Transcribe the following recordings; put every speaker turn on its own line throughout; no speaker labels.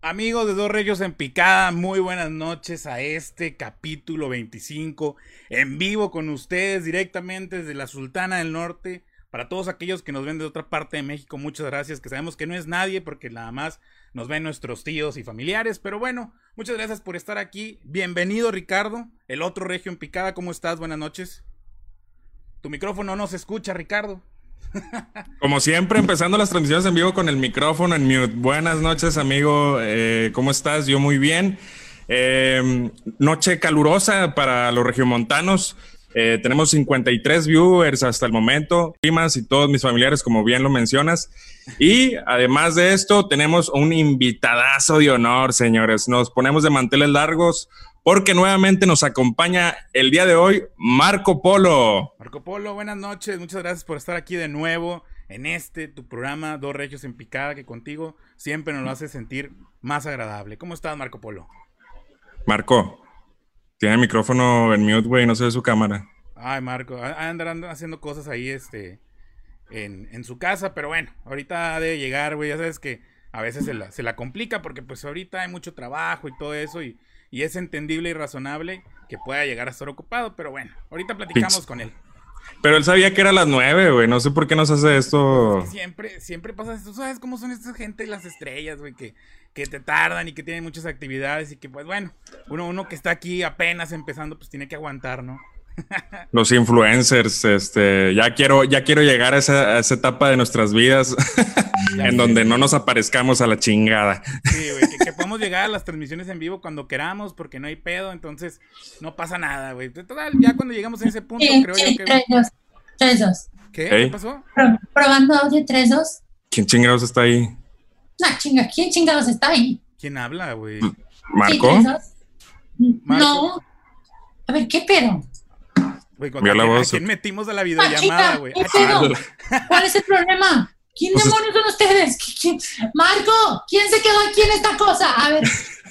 Amigos de Dos Reyes en Picada, muy buenas noches a este capítulo 25, en vivo con ustedes directamente desde la Sultana del Norte. Para todos aquellos que nos ven de otra parte de México, muchas gracias, que sabemos que no es nadie porque nada más nos ven nuestros tíos y familiares, pero bueno, muchas gracias por estar aquí. Bienvenido Ricardo, el otro Regio en Picada, ¿cómo estás? Buenas noches. Tu micrófono no se escucha, Ricardo.
Como siempre, empezando las transmisiones en vivo con el micrófono en mute. Buenas noches, amigo. Eh, ¿Cómo estás? Yo muy bien. Eh, noche calurosa para los regiomontanos. Eh, tenemos 53 viewers hasta el momento, primas y todos mis familiares, como bien lo mencionas. Y además de esto, tenemos un invitadazo de honor, señores. Nos ponemos de manteles largos porque nuevamente nos acompaña el día de hoy Marco Polo.
Marco Polo, buenas noches, muchas gracias por estar aquí de nuevo en este tu programa Dos Regios en Picada, que contigo siempre nos lo hace sentir más agradable. ¿Cómo estás, Marco Polo?
Marco, tiene el micrófono en mute, güey, no se ve su cámara.
Ay, Marco, a- andar andar haciendo cosas ahí, este, en, en su casa, pero bueno, ahorita ha de llegar, güey, ya sabes que a veces se la, se la complica porque pues ahorita hay mucho trabajo y todo eso y, y es entendible y razonable que pueda llegar a estar ocupado, pero bueno, ahorita platicamos con él.
Pero él sabía que era las nueve, güey, no sé por qué nos hace esto.
Y Siempre, siempre pasa esto. ¿Sabes cómo son estas gente, las estrellas, güey? Que, que te tardan y que tienen muchas actividades y que, pues, bueno, uno, uno que está aquí apenas empezando, pues tiene que aguantar, ¿no?
Los influencers, este, ya quiero, ya quiero llegar a esa, a esa etapa de nuestras vidas
Ya
en
sé.
donde no nos aparezcamos a la chingada.
Sí, güey, que, que podemos llegar a las transmisiones en vivo cuando queramos porque no hay pedo, entonces no pasa nada, güey. Total, ya cuando llegamos a ese punto,
Sí,
creo
sí,
yo que...
3-2. 3-2.
¿Qué?
Ey.
¿Qué pasó?
Pro- Probando audio 3-2.
¿Quién chingados está ahí?
No, chinga, ¿quién chingados está ahí?
¿Quién habla, güey?
Mm, ¿Marco?
Sí, 3-2. Mm,
Marco.
No. A ver, ¿qué pedo?
Güey, ¿con-
Vio la
¿a quién- a
voz.
quién metimos a la
chica,
videollamada, güey?
¿qué
Ah,
pedo?
chingada.
¿Cuál es el problema? ¿Quién
Pues es-
demonios son ustedes? ¿Qui- quién- Marco, ¿quién se quedó aquí en esta cosa? A ver,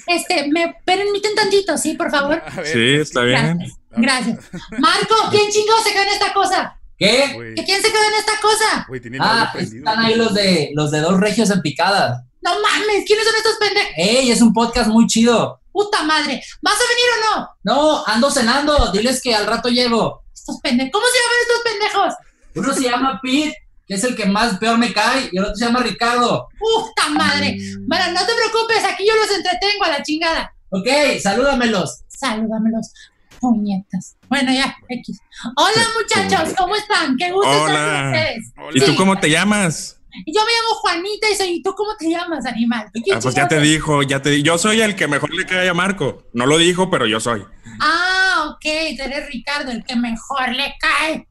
este, me permiten tantito, sí, por favor.
Ah, A ver,
Sí, está bien.
Gracias. Gracias. Marco, ¿quién chingados se quedó en esta cosa?
¿Qué?
güey.
¿Quién se quedó en esta cosa?
Güey, tiene el audio
Ah,
prendido.
están ahí los de los de dos regios en picada.
No mames, ¿quiénes son estos pendejos?
¡Ey! Es un podcast muy chido.
Puta madre, ¿vas a venir o no?
No, ando cenando. Diles que al rato llego.
Estos pendejos, ¿cómo se llaman estos pendejos?
Uno se llama Pete, que es el que más peor me cae, y el otro se llama Ricardo.
¡Puta madre! Bueno, no te preocupes, aquí yo los entretengo a la chingada.
Ok, salúdamelos.
Salúdamelos, puñetas. Bueno, ya, X. Hola, muchachos, ¿cómo están? Qué gusto estar
Hola.
con ustedes.
Hola.
¿Y tú
Sí.
cómo te llamas?
Yo me llamo Juanita y soy, ¿y tú cómo te llamas, animal? ¿Tú quién
Ah, pues ya
chingados
te
eres?
dijo, ya te di- Yo soy el que mejor le cae a Marco. No lo dijo, pero yo soy.
Ah, ok, tú eres Ricardo, el que mejor le cae.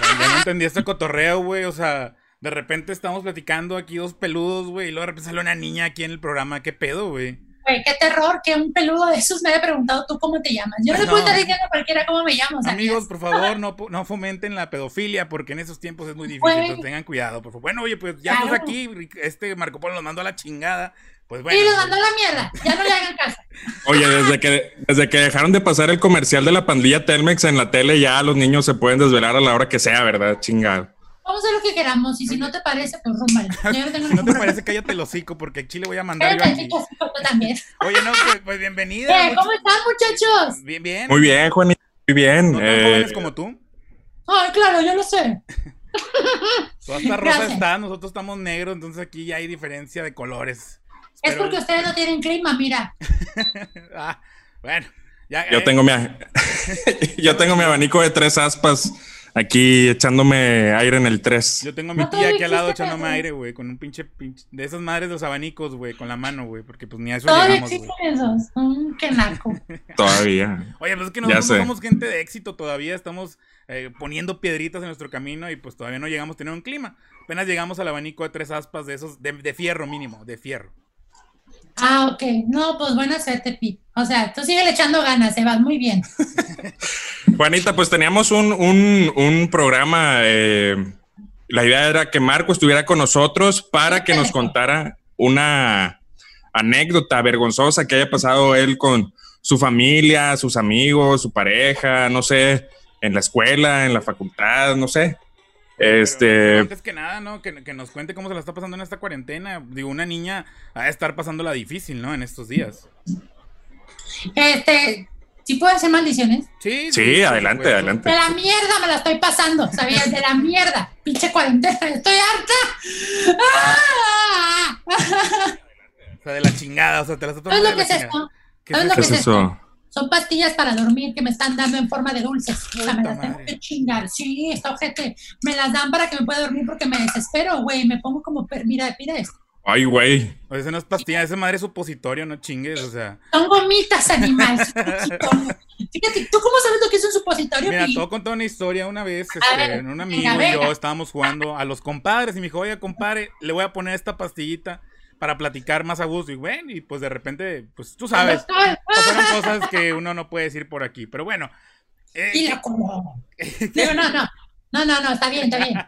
Ya, ya no entendí este cotorreo, güey. O sea, de repente estamos platicando aquí dos peludos, güey. Y luego de repente sale una niña aquí en el programa. ¿Qué pedo, güey?
Güey, qué terror que un peludo de esos me haya preguntado tú cómo te llamas. Yo no le puedo
No.
estar diciendo a cualquiera cómo me llamo. ¿sabías?
Amigos, por favor, no, pu- no fomenten la pedofilia porque en esos tiempos es muy difícil.
Güey.
entonces tengan cuidado, por favor. Bueno, oye, pues ya
Claro.
estás aquí. Ric- Este Marco Polo nos mandó a la chingada. Pues bueno.
Sí, los
güey.
mandó a la mierda. Ya no le hagan caso.
Oye, desde que, desde que dejaron de pasar el comercial de la pandilla Telmex en la tele, ya los niños se pueden desvelar a la hora que sea, ¿verdad? Chingado.
Vamos a hacer lo que queramos y si no te parece, pues rúmbale. Yo no tengo
Si no te
ningún problema.
parece, cállate el hocico porque aquí le voy a mandar yo
Espérate,
aquí.
chicas, yo también.
Oye, no, pues, pues bienvenida.
Eh,
much-
¿Cómo están, muchachos?
Bien, bien.
Muy bien, Juanito. Muy bien.
No tan
Eh,
jóvenes como tú.
Ay, claro, yo lo sé.
Tú hasta rosa
Gracias.
está, nosotros estamos negros, entonces aquí ya hay diferencia de colores.
Es
Pero-
porque ustedes no tienen clima, mira.
Ah, bueno, ya.
yo
eh,
tengo mi, a- yo tengo mi abanico de tres aspas aquí echándome aire en el tres.
yo tengo a mi
No,
tía aquí
todavía
al lado
existe
echándome
eso.
aire, güey, con un pinche, pinche- De esas madres de los abanicos, güey, con la mano, güey, porque pues ni a eso
Todavía
llegamos, güey.
existen esos. Mm, qué naco.
Todavía.
Oye, pues es que
Ya
nosotros no
sé.
somos gente de éxito todavía, estamos eh, poniendo piedritas en nuestro camino y pues todavía no llegamos a tener un clima. Apenas llegamos al abanico de tres aspas de esos, de, de fierro mínimo, de fierro.
Ah, ok. No, pues buena suerte, Pi. O sea, tú sigue echando ganas, Sebas, muy bien.
Juanita, pues teníamos un, un- un programa. eh, la idea era que Marco estuviera con nosotros para que nos contara una anécdota vergonzosa que haya pasado él con su familia, sus amigos, su pareja, no sé, en la escuela, en la facultad, no sé. Este,
Antes que nada, ¿no? Que, que nos cuente cómo se la está pasando en esta cuarentena. Digo, una niña ha de estar pasándola difícil, ¿no? En estos días.
Este, ¿sí puedo hacer maldiciones?
Sí,
Sí,
por
adelante,
supuesto.
adelante.
De la mierda me la estoy pasando, ¿sabías? De la mierda. Pinche cuarentena, estoy harta. ¡Ah!
O sea, de la chingada, o sea, te la está
¿Sabes
tomando
Pues, lo
de
que
la
es
chingada.
esto?
¿Qué
¿Sabes lo
es
¿Qué
esto?
es eso?
Son pastillas para dormir que me están dando en forma de dulces. O sea, me las
Puta
tengo
madre.
que chingar. Sí, esta ojete. Me las dan para que me pueda dormir porque me desespero, güey. Me pongo como, per- mira, mira esto.
Ay, güey.
O sea, esa no es pastilla, esa madre es supositorio, no chingues, o sea.
Son gomitas, animal. Fíjate, ¿tú cómo sabes lo que es un supositorio?
Mira,
Pi?
todo contó una historia una vez, este,
ver,
en un
venga,
amigo y
venga.
yo estábamos jugando a los compadres y me dijo, oye, compadre, le voy a poner esta pastillita para platicar más a gusto. Y bueno, y pues de repente, pues tú sabes,
Ay,
pasaron cosas que uno no puede decir por aquí. Pero bueno, eh,
Y la como. Digo, no, no. No, no, no, está bien, está bien.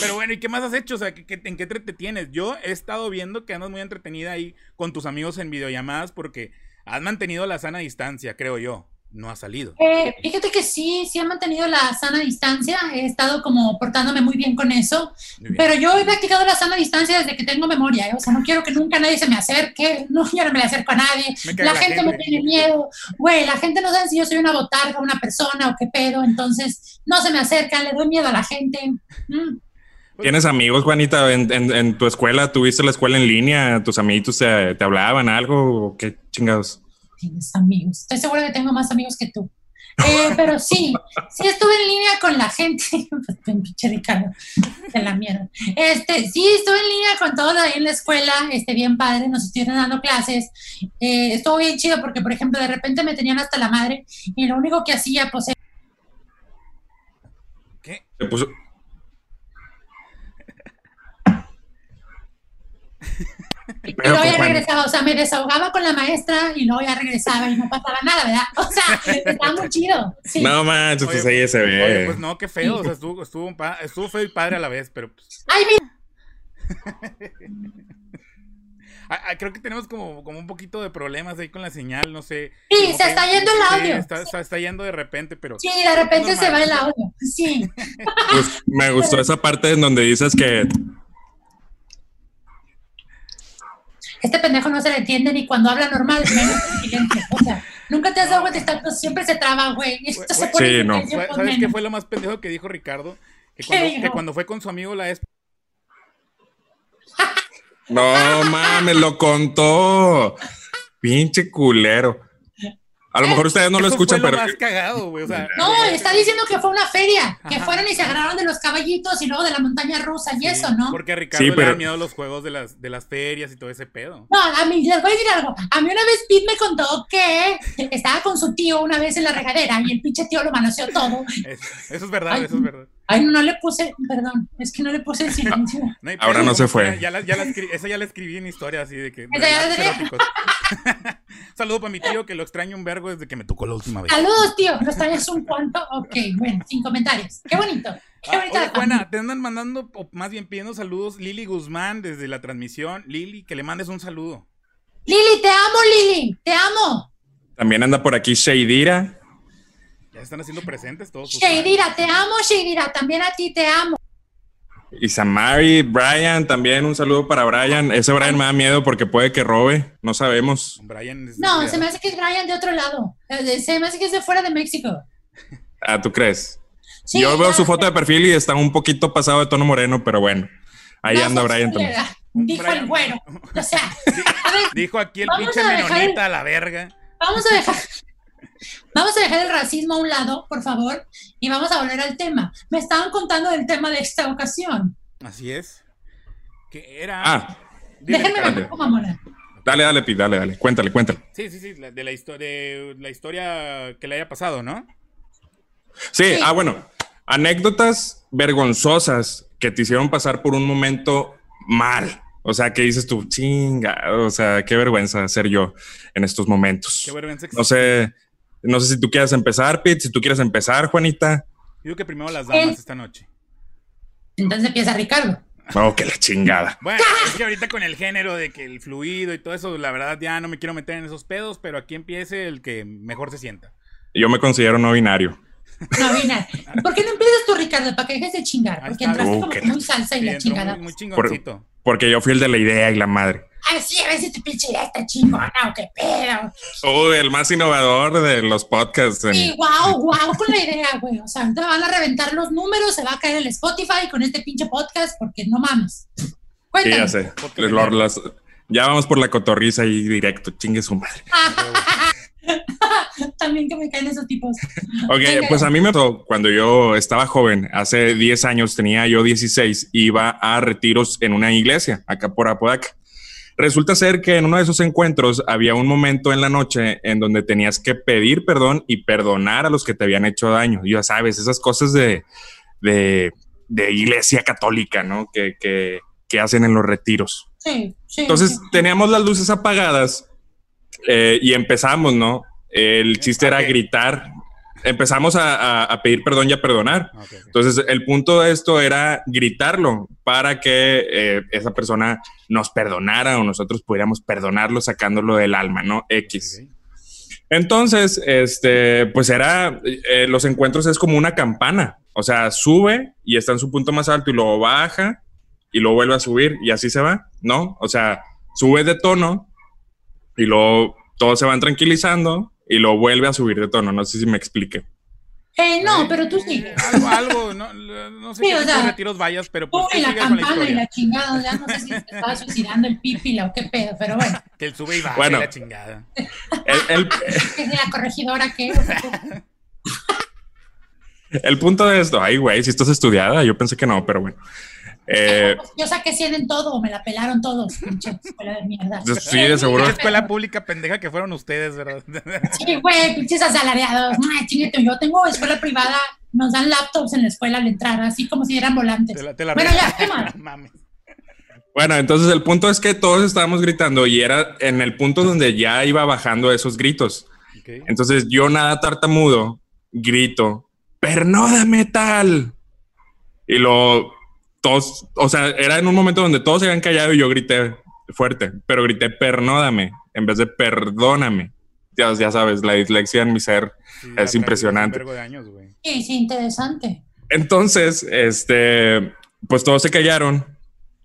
pero bueno, ¿y qué más has hecho? O sea, ¿qué- qué- en qué te tienes? Yo he estado viendo que andas muy entretenida ahí con tus amigos en videollamadas porque has mantenido la sana distancia, creo yo. No has salido.
Eh, fíjate que sí, sí han mantenido la sana distancia. He estado como portándome muy bien con eso.
Muy bien.
Pero yo he practicado la sana distancia desde que tengo memoria. ¿eh? O sea, no quiero que nunca nadie se me acerque. No, yo no me le acerco a nadie.
Me caga
La gente me tiene miedo. Güey, la gente no sabe si yo soy una botarga, una persona o qué pedo. Entonces, no se me acercan. Le doy miedo a la gente. Mm.
¿Tienes amigos, Juanita, en, en- en tu escuela? ¿Tuviste la escuela en línea? ¿Tus amiguitos te, te hablaban algo? ¿O ¿Qué chingados?
tienes amigos. Estoy segura que tengo más amigos que tú. Eh, pero sí, sí estuve en línea con la gente. Pues, ven, pinche Ricardo, de la mierda. Este, sí, estuve en línea con todos ahí en la escuela, este, bien padre, nos estuvieron dando clases. Eh, estuvo bien chido porque, por ejemplo, de repente me tenían hasta la madre y lo único que hacía, pues,
¿Qué?
Te puso-
Y
Pero,
luego
pues,
ya
bueno.
regresaba, o sea, me desahogaba con la maestra y luego ya regresaba y no pasaba nada, ¿verdad? O sea, estaba muy chido. Sí.
No manches, pues
Oye,
ahí se ve.
Oye, pues no, qué feo. O sea, estuvo, estuvo, un pa- estuvo feo y padre a la vez, pero pues.
Ay, mira,
ah, ah, creo que tenemos como, como un poquito de problemas ahí con la señal, no sé.
Sí,
Como
se
que-
está yendo el
sí,
audio.
está, está- está yendo de repente, pero.
sí, de repente se
Normal.
va el audio. Sí.
Pues, me gustó esa parte en donde dices que
este pendejo no se le entiende ni cuando habla normal, menos en silencio. O sea, nunca te has dado cuenta, está- siempre se traba, güey. Esto se
Sí,
pone en
no.
silencio,
Fue-
pues,
¿Sabes qué
menos.
fue lo más pendejo que dijo Ricardo? Que
¿Qué
cuando,
dijo?
que cuando fue con su amigo la es.
no mames, lo contó. Pinche culero. A lo mejor ustedes no lo
Eso
escuchan,
fue lo
pero
más cagado, güey. O sea,
No, está diciendo que fue una feria, que
Ajá.
fueron y se agarraron de los caballitos y luego de la montaña rusa y
sí,
eso, ¿no?
Porque a Ricardo le
pero-
dan miedo los juegos de las, de las ferias y todo ese pedo.
No, a mí, les voy a decir algo. A mí una vez Pete me contó que estaba con su tío una vez en la regadera y el pinche tío lo manoseó todo.
Es- eso es verdad,
Ay.
eso es verdad.
Ay, no le puse, perdón, es que no le puse el silencio.
No hay
Ahora no se fue.
Ya, ya la- ya la escri- esa ya la escribí en historia así de que.
Esa ya la
relatos
escribí.
eróticos. Saludo para mi tío que lo extraño un vergo desde que me tocó la última vez.
Saludos, tío. ¿Los traes un cuanto? Ok, bueno, sin comentarios. Qué bonito. Qué
Ah,
bonito.
oye, Juana, te andan mandando, o más bien pidiendo saludos, Lili Guzmán desde la transmisión. Lili, que le mandes un saludo.
Lili, te amo, Lili, te amo.
también anda por aquí Shadira.
Ya están haciendo presentes todos. sus fans.
Shadira, te amo, Shadira, también a ti te amo.
Y Samari, Brian, también un saludo para Brian. Ese Brian me da miedo porque puede que robe, no sabemos.
Brian es-
No, se me hace que es Brian de otro lado. Eh, Se me hace que es de fuera de México.
Ah, ¿tú crees?
Sí,
Yo veo
ya.
su foto de perfil y está un poquito pasado de tono moreno, pero bueno. Ahí
No,
anda
pues,
Brian
sí, sí,
eh.
también.
¿verdad? Dijo
Brian.
el güero. O sea, a ver,
Dijo aquí el
Vamos
pinche
a dejar el-
menonita a la verga.
vamos a dejar. Vamos a dejar el racismo a un lado, por favor, y vamos a volver al tema. Me estaban contando del tema de esta ocasión.
Así es. ¿Qué era?
Ah,
Dile,
Déjenme
Ricardo.
ver como mona.
dale, dale, Pi, dale, dale. Cuéntale, cuéntale.
Sí, sí, sí, la- de la, histo- de la historia que le haya pasado, ¿no?
Sí,
Sí.
ah, bueno. Anécdotas vergonzosas que te hicieron pasar por un momento mal. O sea, que dices tú, chinga, o sea, qué vergüenza ser yo en estos momentos.
Qué vergüenza.
No sé, no sé si tú quieres empezar, Pete, si tú quieres empezar, Juanita.
Digo que primero las damas
Eh.
esta noche.
Entonces empieza Ricardo.
No, que la chingada.
Bueno, es que ahorita con el género de que el fluido y todo eso, la verdad ya no me quiero meter en esos pedos, pero aquí empiece el que mejor se sienta.
Yo me considero no binario.
No, mira, ¿por qué no empiezas tú, Ricardo? Para que dejes de chingar.
Ahí
Porque
está.
entraste
Uh,
como
qué
muy salsa y
Sí,
la
entró
chingada.
Muy, muy chingoncito.
Porque yo fui el de la idea y la madre.
Así, a veces tu pinche idea está chingona, o qué pedo.
Uy, el más innovador de los podcasts. en-
Y wow, wow, con la idea, güey. O sea, ahorita van a reventar los números, se va a caer el Spotify con este pinche podcast, porque no mames.
Sí, ya
Cuéntanos.
sé. Lo- las- ya vamos por la cotorriza ahí directo. Chingue su madre.
También que me caen esos tipos.
Ok,
Venga.
pues a mí me tocó cuando yo estaba joven, hace 10 años, tenía yo 16, iba a retiros en una iglesia, acá por Apodaca. Resulta ser que en uno de esos encuentros había un momento en la noche en donde tenías que pedir perdón y perdonar a los que te habían hecho daño. Ya sabes, esas cosas de, de, de iglesia católica, ¿no? Que, que, que hacen en los retiros.
Sí, sí.
Entonces
sí.
teníamos las luces apagadas eh, y empezamos, ¿no? El chiste era
Ok.
gritar. Empezamos a, a- a pedir perdón y a perdonar.
Ah, ok, ok.
Entonces el punto de esto era gritarlo para que eh, esa persona nos perdonara o nosotros pudiéramos perdonarlo sacándolo del alma, ¿no? X.
Ok.
Entonces, este, pues era, eh, los encuentros es como una campana, o sea, sube y está en su punto más alto y luego baja y luego vuelve a subir y así se va, ¿no? O sea, sube de tono y luego todos se van tranquilizando y lo vuelve a subir de tono, no sé si me explique.
Eh, no,
Eh,
pero tú
eh,
sí.
Algo, algo, no, no sé
Sí,
qué
o
tipo
sea,
de retiros vayas, pero pues
Tú
tú
y la
sigue con la
campana y
historia.
la chingada, ya no sé si se estaba suicidando el pipila o qué pedo, pero bueno,
Que el sube y baja
Bueno.
y la chingada.
El,
que de la corregidora que
el- el punto de esto, ay, güey, si estás estudiada, yo pensé que no, pero bueno. Eh,
yo saqué 100 en todo, me la pelaron todos, pinche escuela de mierda.
sí, de seguro.
La escuela pública pendeja que fueron ustedes, ¿verdad?
Sí, güey, pinches asalariados. Ay, chinguito, yo tengo escuela privada, nos dan laptops en la escuela al entrar, así como si eran volantes.
Te la, te la
bueno, ya, ¿qué más?
No mames.
Bueno, entonces el punto es que todos estábamos gritando y era en el punto donde ya iba bajando esos gritos.
Ok.
Entonces yo nada tartamudo, grito, pernódame tal. Y lo, todos, o sea, era en un momento donde todos se habían callado y yo grité fuerte, pero grité pernódame en vez de perdóname. Ya, ya sabes, la dislexia en mi ser.
Sí,
Es
ya traes
impresionante.
un vergo de años, güey.
Sí, sí, interesante.
Entonces, este, pues todos se callaron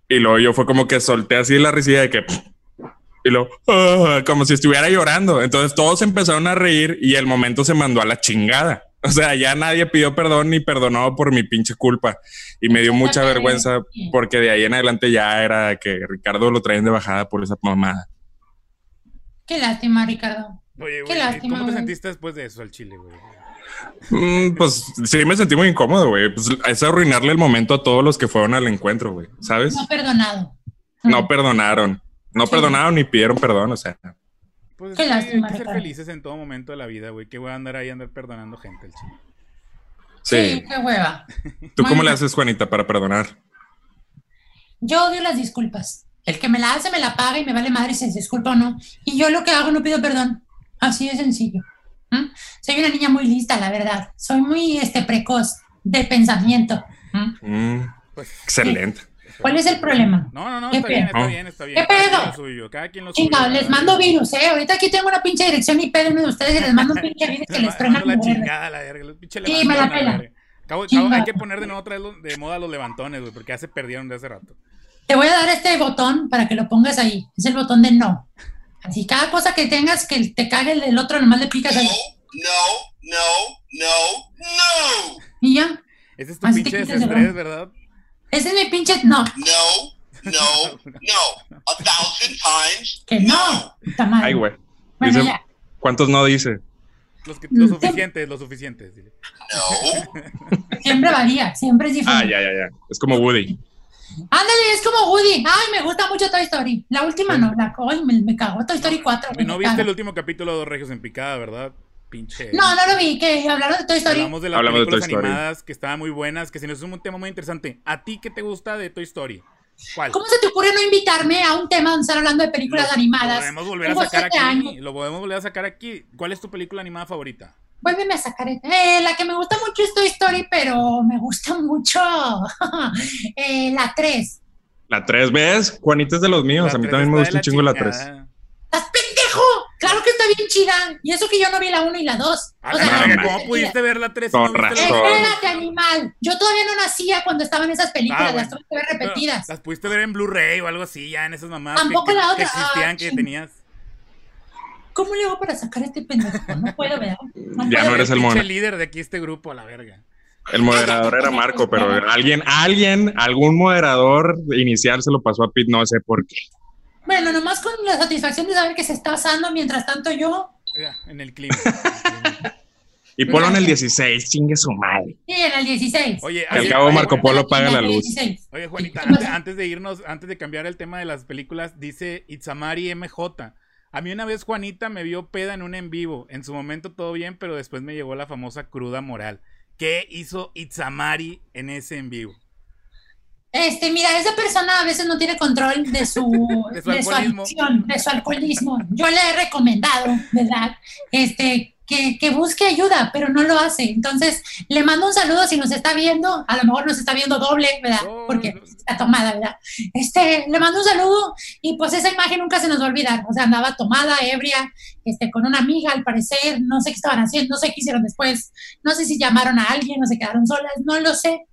y luego yo fue como que solté así la risilla de que y luego, ah, como si estuviera llorando. Entonces todos empezaron a reír y el momento se mandó a la chingada. O sea, ya nadie pidió perdón ni perdonó por mi pinche culpa y me dio mucha vergüenza porque de ahí en adelante ya era que Ricardo lo traían de bajada por esa mamada.
Qué lástima, Ricardo.
Oye,
Qué
güey,
lástima,
¿cómo te
güey.
sentiste después de eso al chile, güey?
Mm, pues sí me sentí muy incómodo, güey. Pues, es arruinarle el momento a todos los que fueron al encuentro, güey. ¿Sabes?
No perdonado.
No perdonaron. No
Sí.
perdonaron ni pidieron perdón, o sea.
Pues sí,
Qué
hay
lástima,
que ser
Ricardo.
felices en todo momento de la vida, güey. Que voy a andar ahí a andar perdonando gente, el chile.
Sí.
qué hueva.
¿Tú cómo
Bueno.
le haces, Juanita, para perdonar?
Yo odio las disculpas. El que me la hace, me la paga y me vale madre si se disculpa o no. Y yo lo que hago, no pido perdón. Así de sencillo. ¿Mm? Soy una niña muy lista, la verdad. Soy muy este, precoz de pensamiento. ¿Mm?
Mm,
Pues-
excelente.
¿Cuál es el problema?
No, no, no,
¿Qué
está bien,
pedo?
está bien, está bien.
¿Qué
Cada quien
pedo?
lo suyo, cada quien lo suyo.
Chinga, les
¿verdad?
mando virus, ¿eh? Ahorita aquí tengo una pinche dirección IP de uno de ustedes y les mando un pinche virus que
Les
les
mando
truena
la
como verga.
chingada, la verga. los pinches
Sí, me la
levantones,
pela.
verga. Acabo- acabo- hay
Chinga.
que poner de nuevo otra vez los- de moda los levantones, güey, porque ya se perdieron de hace rato.
Te voy a dar este botón para que lo pongas ahí. Es el botón de no. Así cada cosa que tengas que te cague el del otro, nomás le picas ahí.
no, no, no, no,
Y ya.
Ese es tu
Así te
pinche
quitas el
desestrés,
ron.
¿verdad?
Ese es mi pinche no.
no, no, no, a thousand times
Que no. Puta madre.
Ay, güey.
Bueno,
Dice-
ya.
¿Cuántos no dice?
Los, que- los
Mm, sí.
suficientes, los suficientes. dile.
no.
Siempre varía, siempre es
Ah,
diferente.
ya, ya, ya. Es como Woody.
Ándale, es como Woody. Ay, me gusta mucho Toy Story. La última no, la ay, me, me cagó Toy Story 4.
Güey,
me
No viste
caga.
el último capítulo de Dos Regios en Picada, ¿verdad? Pinche.
No, no lo vi, que hablaron de Toy Story.
Hablamos de las
Hablamos de
películas
Toy Story.
animadas que estaban muy buenas, que se nos es un tema muy interesante. ¿A ti qué te gusta de Toy Story? ¿Cuál?
¿Cómo se te ocurre no invitarme a un tema donde están hablando de películas
Lo
animadas?
podemos volver a
Tengo
sacar
siete
aquí.
años.
Lo podemos volver a sacar aquí. ¿Cuál es tu película animada favorita?
Vuélveme a sacar. el- Eh, la que me gusta mucho es Toy Story, pero me gusta mucho eh, la 3.
La tres, ¿ves? Juanita es de los míos.
La
A mí
tres
también me
está
gusta
de
un chingo la tres.
chingada.
¡Estás pendejo! Claro que está bien chida. Y eso que yo no vi la 1 y la 2.
A
O
la
sea,
verga,
no,
Ah, ¿Cómo
no,
pudiste ver la 3?
Con razón.
Espérate, animal. Yo todavía no nacía cuando estaban esas películas,
Ah, bueno. Ah.
las tuve que ver
Pero,
repetidas.
Las pudiste ver en Blu-ray o algo así, ya en esas mamadas que-
Tampoco
que,
la
que
otra.
existían,
Ah,
que
ching.
tenías.
¿Cómo le hago para sacar a este pendejo? No puedo, ¿verdad? No
Ya
puedo.
no eres el
pinche
mono.
líder de aquí este grupo, a la verga.
El moderador era Marco, pero alguien, alguien, algún moderador inicial se lo pasó a Pete, no sé por qué.
Bueno, nomás con la satisfacción de saber que se está asando mientras tanto yo.
Ya, En el clima. en el clima.
Y Polo en el 16, chingue su madre.
Sí, en el 16.
Oye,
Al
oye,
cabo
oye,
Marco
Juan-
Polo paga la
En el
luz.
16.
Oye, Juanita,
¿Qué
antes,
pasa?
antes de irnos, antes de cambiar el tema de las películas, dice Itzamari MJ. A mí una vez Juanita me vio peda en un en vivo. En su momento todo bien, pero después me llegó la famosa cruda moral. ¿Qué hizo Itzamari en ese en vivo?
Este, mira, esa persona a veces no tiene control de su,
De
de
su
su,
alcoholismo.
adicción, de su alcoholismo. Yo le he recomendado, ¿verdad? Este, que, que busque ayuda, pero no lo hace. Entonces, le mando un saludo si nos está viendo. A lo mejor nos está viendo doble, ¿verdad?
No,
Porque
no.
está tomada, ¿verdad? Este, le mando un saludo y pues esa imagen nunca se nos va a olvidar. O sea, andaba tomada, ebria, este, con una amiga al parecer. No sé qué estaban haciendo, no sé qué hicieron después. No sé si llamaron a alguien o se quedaron solas, no lo sé.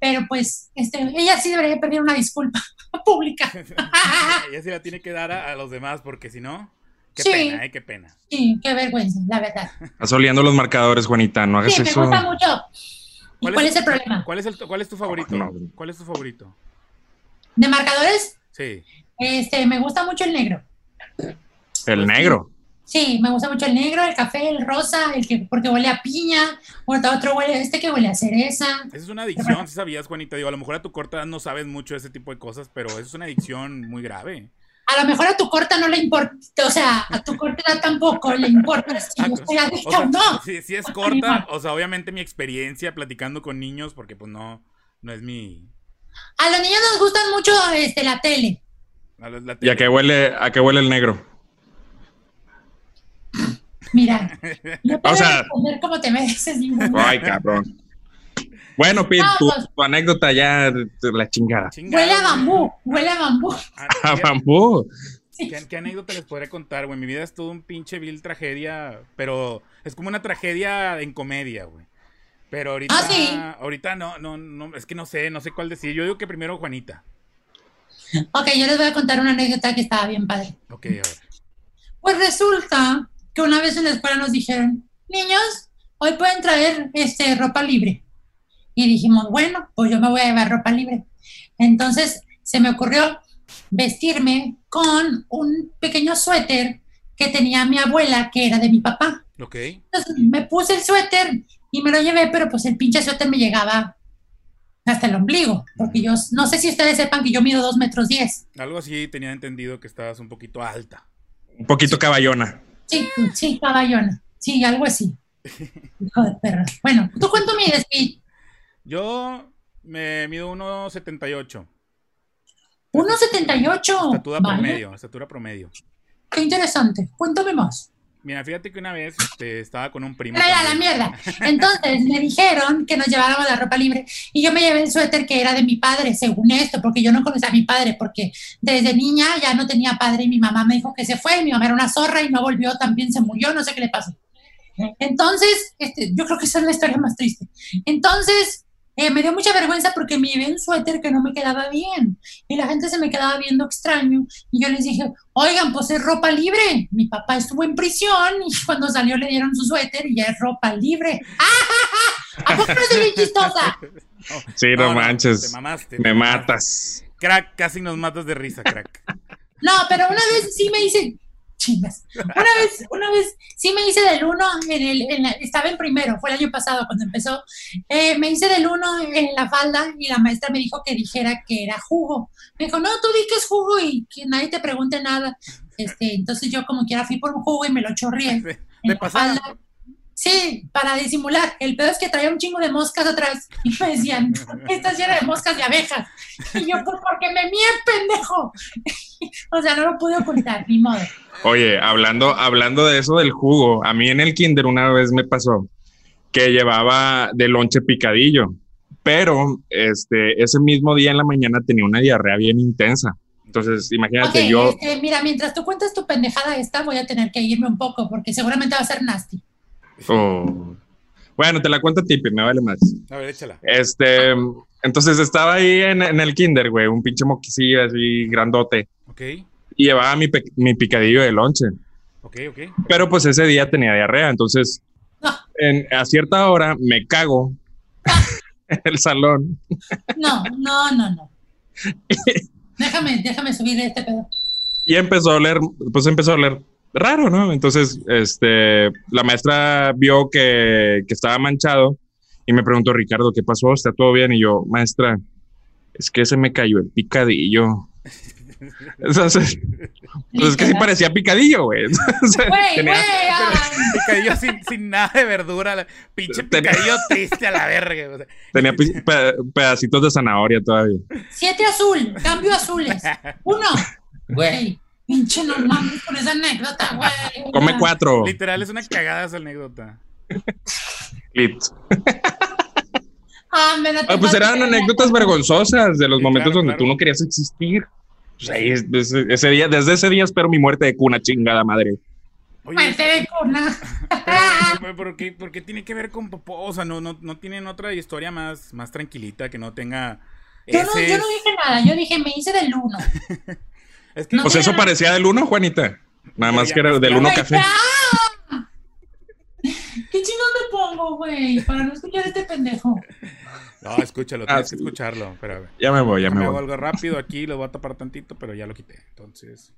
Pero pues, este, ella sí debería pedir una disculpa pública.
Ella sí la tiene que dar a, a los demás porque si no, qué
Ah. Sí.
pena, eh, qué pena.
Sí, qué vergüenza, la verdad.
Estás oliendo los marcadores, Juanita, no hagas
Sí, me
eso.
gusta mucho. ¿Y
¿Cuál
cuál
es-
es, el problema?
¿Cuál es, el, cuál es tu favorito?
no.
¿Cuál es tu favorito?
¿De marcadores?
Sí.
Este, me gusta mucho el negro.
El negro.
Sí, me gusta mucho el negro, el café, el rosa, el que porque huele a piña, otro, otro huele, este que huele a cereza.
Esa es una adicción, si sabías, Juanita. Digo, a lo mejor a tu corta edad no sabes mucho de ese tipo de cosas, pero eso es una adicción muy grave.
A lo mejor a tu corta no le importa, o sea, a tu corta edad tampoco le importa si yo estoy
Ah, pues, O
adicta
sea,
o no.
Si, si es corta, o sea, obviamente mi experiencia platicando con niños, porque pues no, no es mi...
A los niños nos gustan mucho este, la tele.
la- la- la
¿Y a qué huele, a qué huele el negro?
Mira, no te
O
voy
sea-
a responder como te mereces. ningún-
Ay, cabrón. Bueno, Pete, tu, tu anécdota ya, la chingada.
chingada,
Huele a
güey.
bambú, huele a bambú.
Ah,
A
¿qué-
bambú.
¿Qué, qué anécdota les podré contar, güey? Mi vida es todo un pinche vil tragedia, pero es como una tragedia en comedia, güey. Pero ahorita,
Ah, sí.
ahorita no, no, no, es que no sé, no sé cuál decir. Yo digo que primero Juanita.
Ok, yo les voy a contar una anécdota que estaba bien padre.
Ok, a ver.
Pues resulta que una vez en la escuela nos dijeron, niños, hoy pueden traer este, ropa libre. Y dijimos, bueno, pues yo me voy a llevar ropa libre. Entonces se me ocurrió vestirme con un pequeño suéter que tenía mi abuela, que era de mi papá.
Ok.
Entonces me puse el suéter y me lo llevé, pero pues el pinche suéter me llegaba hasta el ombligo. Porque yo no sé si ustedes sepan que yo mido dos metros diez.
Algo así tenía entendido que estabas un poquito alta.
Un poquito caballona.
Sí, sí, caballona. Sí, algo así. Hijo de perra. Bueno, ¿tú cuánto mides, Pete?
Yo me mido 1.78.
1,78.
Estatura
Vaya,
promedio, estatura promedio.
Qué interesante. Cuéntame más.
Mira, fíjate que una vez este, estaba con un primo.
Pero ya, la
también.
mierda. Entonces me dijeron que nos lleváramos la ropa libre y yo me llevé el suéter que era de mi padre, según esto, porque yo no conocía a mi padre, porque desde niña ya no tenía padre y mi mamá me dijo que se fue, y mi mamá era una zorra y no volvió, también se murió, no sé qué le pasó. Entonces, este, yo creo que esa es la historia más triste. Entonces, eh, me dio mucha vergüenza porque me llevé un suéter que no me quedaba bien y la gente se me quedaba viendo extraño y yo les dije, oigan, pues es ropa libre. Mi papá estuvo en prisión y cuando salió le dieron su suéter y ya es ropa libre. ¡Ah, ja, ja! ¿A poco no soy bien chistosa?
Sí, no, manches.
Te mamaste.
Me
te mamaste.
matas.
Crack, casi nos matas de risa, crack.
No, pero una vez sí me hice, chingas, una vez, una vez sí me hice del uno, en el, en la- estaba en primero, fue el año pasado cuando empezó, Eh, me hice del uno en la falda y la maestra me dijo que dijera que era jugo. Me dijo, no, tú di que es jugo y que nadie te pregunte nada. Este, entonces yo como quiera fui por un jugo y me lo chorrié.
De,
En
de
la
pasada.
falda. Sí, para disimular. El pedo es que traía un chingo de moscas atrás. Y me decían, estás llena de moscas de abejas. Y yo, pues porque me mié, pendejo. O sea, no lo pude ocultar, ni modo.
Oye, hablando, hablando de eso del jugo, a mí en el kinder una vez me pasó que llevaba de lonche picadillo, pero este, ese mismo día en la mañana tenía una diarrea bien intensa. Entonces, imagínate,
Ok,
yo.
este, mira, mientras tú cuentas tu pendejada esta, voy a tener que irme un poco porque seguramente va a ser nasty.
oh. Bueno, te la cuento tipi, me vale más.
A ver, échala.
Este, entonces estaba ahí en, en el kinder, güey, un pinche moquisillo así grandote.
Ok,
Y llevaba mi, pe- mi picadillo de lonche.
ok, ok.
Pero pues ese día tenía diarrea, entonces en- a cierta hora me cago en el salón.
No, no, no, no. Déjame, déjame subir este pedo.
Y empezó a oler, pues empezó a oler raro, ¿no? Entonces, este, la maestra vio que, que estaba manchado y me preguntó, Ricardo, ¿qué pasó? ¿Está todo bien? Y yo, maestra, es que se me cayó el picadillo. Entonces, pues es que sí
Literal.
parecía picadillo, güey. Entonces,
Güey,
tenía-
güey, ah, ay.
Picadillo sin, sin nada de verdura. la- Pinche
Tenía-
picadillo triste a la verga. o sea.
tenía pi- pe- pedacitos de zanahoria todavía.
Siete azul, cambio azules. Uno. Güey, pinche no mames con esa anécdota, güey.
Come cuatro.
Literal, es una cagada esa anécdota.
Lit.
Ah, me la
Ah, pues
tomaste.
eran anécdotas vergonzosas de los
Sí,
momentos
claro,
donde
claro.
tú no querías existir. Pues ahí es- ese, ese día, desde ese día espero mi muerte de cuna, chingada madre.
Oye,
Muerte de cuna. ah.
pero, ¿por, qué, por qué tiene que ver con popó? O sea, no, no, no tienen otra historia más, más tranquilita que no tenga.
Yo no,
ese-
yo no dije nada, yo dije, me hice del uno.
es que-
no
Pues
tenía
eso
nada.
parecía del uno, Juanita. Nada más
ya,
que era
pues,
del
ya.
uno
Güey,
café.
ya. ¿Qué chingón me pongo, güey? Para no escuchar a este pendejo.
No, escúchalo,
Ah,
tienes
sí.
que escucharlo. Espérame.
Ya me voy, ya
Me
me
hago
voy.
algo rápido aquí, lo voy a tapar tantito, pero ya lo quité. Entonces,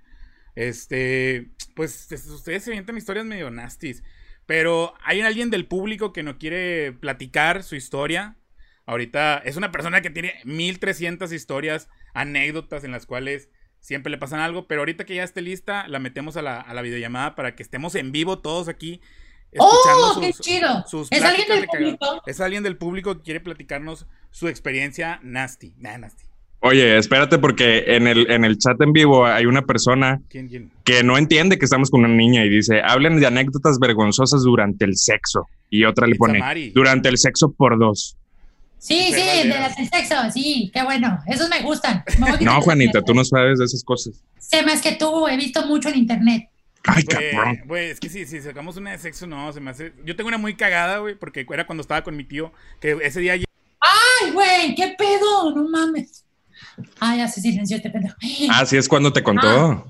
este, pues es- ustedes se inventan historias medio nasties, pero hay alguien del público que no quiere platicar su historia. Ahorita es una persona que tiene 1300 historias, anécdotas en las cuales siempre le pasan algo, pero ahorita que ya esté lista, la metemos a la, a la videollamada para que estemos en vivo todos aquí. escuchando
¡Oh, qué
sus-
chido!
sus
¿Es alguien
pláticas
del
de cagado.
público?
Es alguien del público que quiere platicarnos su experiencia nasty. Nah, nasty.
Oye, espérate porque en el, en el chat en vivo hay una persona
¿Quién, quién?
que no entiende que estamos con una niña y dice, hablen de anécdotas vergonzosas durante el sexo. Y otra le
It's a
pone,
Mari.
durante el sexo por dos.
Sí, sí,
Vale,
de
vale.
las del sexo, sí, qué bueno. Esos me gustan. Me voy a quitar
No,
los
Juanita,
pendejos.
tú no sabes de esas cosas.
Sé más que tú, he visto mucho en internet.
Ay,
Güey,
cabrón.
güey, es que si, si sacamos una de sexo, no, se me hace. Yo tengo una muy cagada, güey, porque era cuando estaba con mi tío, que ese día.
¡Ay, güey! ¿Qué pedo? No mames. Ay, hace silencio este pendejo.
Así es cuando te contó.
Ah.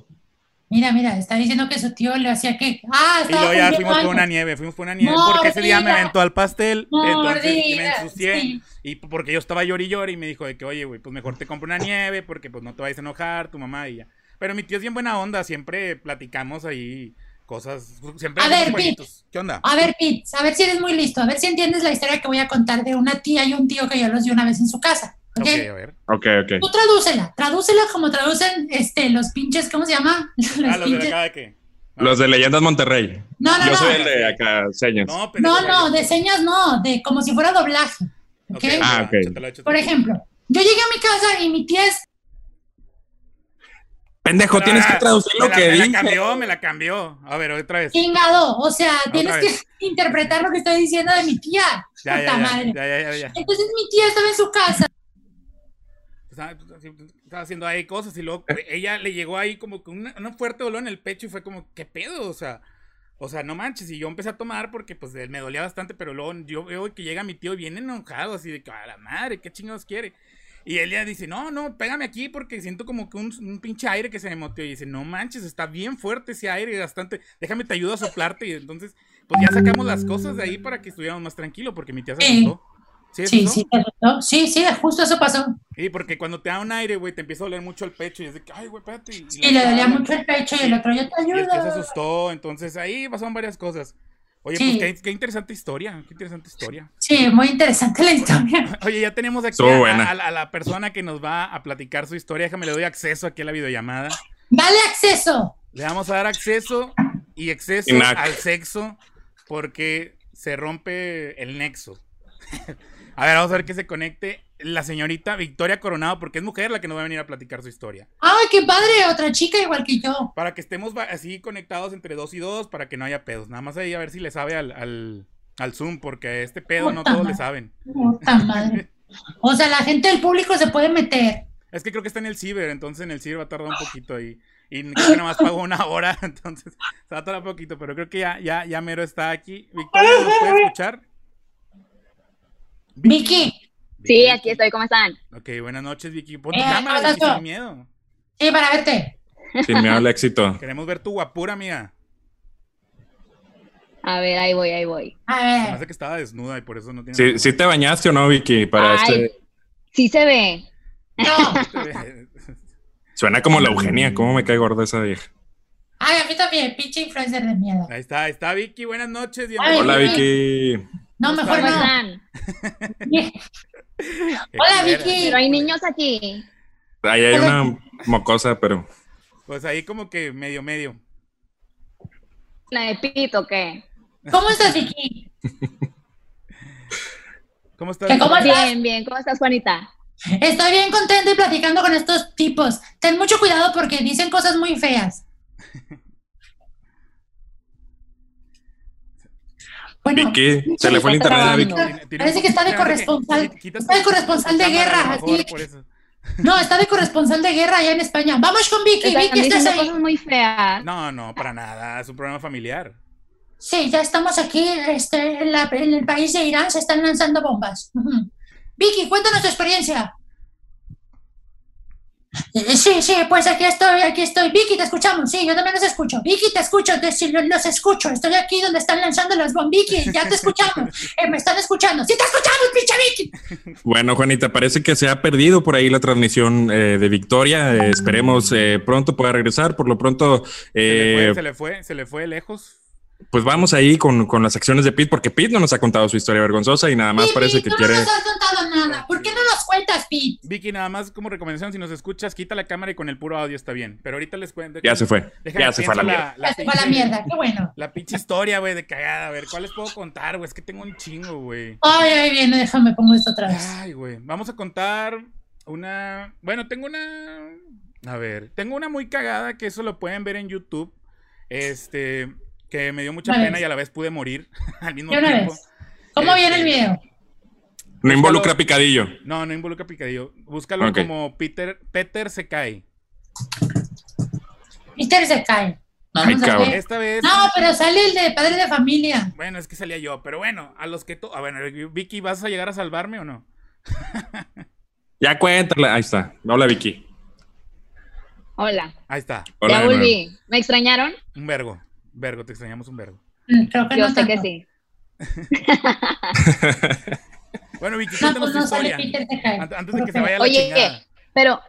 Mira, mira, está diciendo que su tío le hacía que. ¡Ah,
Y
estaba
luego ya
cumpliendo
fuimos por
años.
una nieve, fuimos por una nieve, porque ese día me
Mordida.
aventó al pastel, entonces y me
Mordida,
ensucié.
sí.
Y p- porque yo estaba llori y llori, y me dijo de que, oye, güey, pues mejor te compro una nieve, porque pues no te vayas a enojar, tu mamá y ya. Pero mi tío es bien buena onda, siempre platicamos ahí cosas, siempre
A
hacemos
ver, Ah, Pete.
jueguitos. ¿Qué onda?
A ver, Pete, a ver si eres muy listo, a ver si entiendes la historia que voy a contar de una tía y un tío que yo los vi una vez en su casa. ¿ok?
Ok, a ver.
Ok, ok.
Tú tradúcela, tradúcela como traducen este, los pinches, ¿cómo se llama? Los
Ah, los de
pinches.
acá de qué.
Los de Leyendas Monterrey.
No, no,
Yo
no.
soy el de acá, señas.
No, pero.
No, no, de señas no, de como si fuera doblaje. ¿ok?
Ok, ahí
Ah,
va,
ok.
échatela, échatela.
Por ejemplo, yo llegué a mi casa y mi tía es.
Pendejo, tienes que traducir
Ah, Me
lo
la-
que
me
dije.
la cambió, me la cambió. A ver, otra vez.
Chingado, o sea, tienes
Ah, Otra
que interpretar lo que estoy diciendo de mi tía.
Ya,
Puta
ya, ya,
madre.
ya, ya, ya, ya.
Entonces mi tía estaba en su casa.
Estaba estaba haciendo ahí cosas y luego ella le llegó ahí como que una- un fuerte dolor en el pecho y fue como, ¿qué pedo? O sea, o sea, no manches. Y yo empecé a tomar porque pues me dolía bastante, pero luego yo veo que llega mi tío bien enojado, así de que, a la madre, ¿qué chingados quiere? Y él ya dice, no, no, pégame aquí porque siento como que un, un pinche aire que se me moteó. Y dice, no manches, está bien fuerte ese aire, bastante, déjame te ayudo a soplarte. Y entonces, pues ya sacamos las cosas de ahí para que estuviéramos más tranquilos porque mi tía se
Sí.
asustó. ¿Sí, se
Sí,
asustó?
sí, te asustó. sí, sí, justo eso pasó.
Sí, porque cuando te da un aire, güey, te empieza a doler mucho el pecho y es de que, ay, güey, espérate. Y,
Y le dolía mucho el pecho y el otro, yo te
Y el tío se
ayudo.
asustó, entonces ahí pasaron varias cosas. Oye,
Sí.
pues qué, qué interesante historia, qué interesante historia.
Sí, muy interesante la historia.
Oye, ya tenemos aquí
Estuvo
a,
buena.
a la- a la persona que nos va a platicar su historia. Déjame, le doy acceso aquí a la videollamada.
Dale acceso.
Le vamos a dar acceso y acceso
Y nac.
al sexo porque se rompe el nexo. a ver, vamos a ver que se conecte la señorita Victoria Coronado, porque es mujer la que nos va a venir a platicar su historia.
Ay, qué padre, otra chica igual que yo.
Para que estemos va- así conectados entre dos y dos, para que no haya pedos. Nada más ahí a ver si le sabe al, al, al Zoom, porque a este pedo no
Puta
todos le
madre.
saben.
Puta madre. O sea, la gente del público se puede meter.
Es que creo que está en el ciber, entonces en el ciber va a tardar un poquito ahí. Y creo que nada más pago una hora, entonces se va a tardar un poquito, pero creo que ya, ya, ya mero está aquí. Victoria, ¿nos puede escuchar?
Vicky,
Sí, aquí estoy, ¿cómo están?
Ok, buenas noches, Vicky. Pon tu
Eh,
cámara,
hola,
Vicky,
yo.
sin miedo.
sí, para verte.
Sin miedo al éxito.
Queremos ver tu guapura, mía.
A ver, ahí voy, ahí voy.
A
Me
ver.
hace que estaba desnuda y por eso no tiene.
¿Sí, sí te bañaste o no, Vicky? Para
Ay,
este...
sí se ve.
No.
Suena como la Eugenia, ¿cómo me cae gorda esa vieja?
Ay, a mí también, pinche influencer de mierda.
Ahí está, ahí está Vicky, buenas noches.
Ay,
Hola,
bienvenida.
Vicky.
No, mejor
¿Cómo
no.
están?
Qué
Hola,
culera.
Vicky.
Pero hay niños aquí.
Ahí hay una mocosa, pero...
Pues ahí como que medio, medio.
La de Pito, ¿qué?
¿Cómo estás, Vicky?
¿Cómo estás?
¿Qué, cómo
Vicky?
estás?
Bien, bien. ¿Cómo estás, Juanita?
Estoy bien contenta y platicando con estos tipos. Ten mucho cuidado porque dicen cosas muy feas. Bueno,
Vicky, se le fue el
está
internet a
grabando.
Vicky.
Tiene- tiene
Parece
un
que está de
poquito-
corresponsal.
Quita
Está de
tu-
corresponsal
tu
de
cámara,
guerra,
a lo mejor,
así.
por eso.
no, está de corresponsal de guerra allá en España. Vamos con Vicky,
Están
Vicky, estás
diciendo
ahí.
cosas muy feas.
No, no, para nada. Es un programa familiar.
Sí, ya estamos aquí, este, en, la- en el país de Irán se están lanzando bombas. Ujú. Vicky, cuéntanos tu experiencia. Eh, Sí, sí, pues aquí estoy, aquí estoy. Vicky, te escuchamos. Sí, yo también los escucho. Vicky, te escucho, te, sí, lo- los escucho. Estoy aquí donde están lanzando las bombas. Vicky, ya te escuchamos. Eh, me están escuchando. Sí, te escuchamos, pinche Vicky.
Bueno, Juanita, parece que se ha perdido por ahí la transmisión eh, de Victoria. Eh, esperemos eh, pronto pueda regresar. Por lo pronto,
Se, le fue,
eh,
se le fue, se le fue lejos.
pues vamos ahí con, con las acciones de Pete, porque Pete no nos ha contado su historia vergonzosa y nada más
Vicky,
parece que
tú
quiere.
no nos has contado nada. ¿Por qué no nos cuentas, Pete?
Vicky, nada más como recomendación, si nos escuchas, quita la cámara y con el puro audio está bien. Pero ahorita les cuento.
Ya se fue.
Déjame
ya se fue a la
pienso
mierda.
Ya se fue a la
pinche-
mierda, qué bueno.
La pinche historia, güey, de cagada. A ver, ¿cuál les puedo contar, güey? Es que tengo un chingo, güey.
Ay, ay, viene, déjame, pongo esto otra vez.
Ay, güey. Vamos a contar una. Bueno, tengo una. A ver, tengo una muy cagada que eso lo pueden ver en YouTube. Este. Que me dio mucha
Una
pena
vez.
y a la vez pude morir al mismo
De una
tiempo.
vez. ¿Cómo viene el
Este,
video?
No involucra picadillo.
No, no involucra picadillo. Búscalo
Ok.
como Peter, Peter se cae.
Peter se cae.
Ay,
Vamos a
cabrón.
ver.
Esta vez.
No, pero sale el de padre de familia.
Bueno, es que salía yo, pero bueno, a los que tú. Ah, bueno, Vicky, ¿vas a llegar a salvarme o no?
Ya cuéntala. Ahí está. Hola, Vicky.
Hola.
Ahí está.
Hola,
ya
de nuevo.
volví. ¿Me extrañaron?
Un vergo. Vergo, te extrañamos un vergo.
Mm, Creo que
Yo
no
sé que
tanto.
sí.
Bueno, Vicky,
No, pues
cuéntanos tu
no sale
historia.
Peter se cae.
Ant- Antes de
Puro
que se
feo.
vaya la
Oye,
chingada.
pero,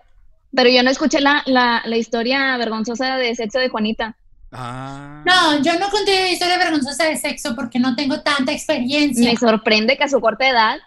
pero yo no escuché la, la, la historia vergonzosa de sexo de Juanita.
Ah.
No, yo no conté historia vergonzosa de sexo porque no tengo tanta experiencia.
Me sorprende que a su corta edad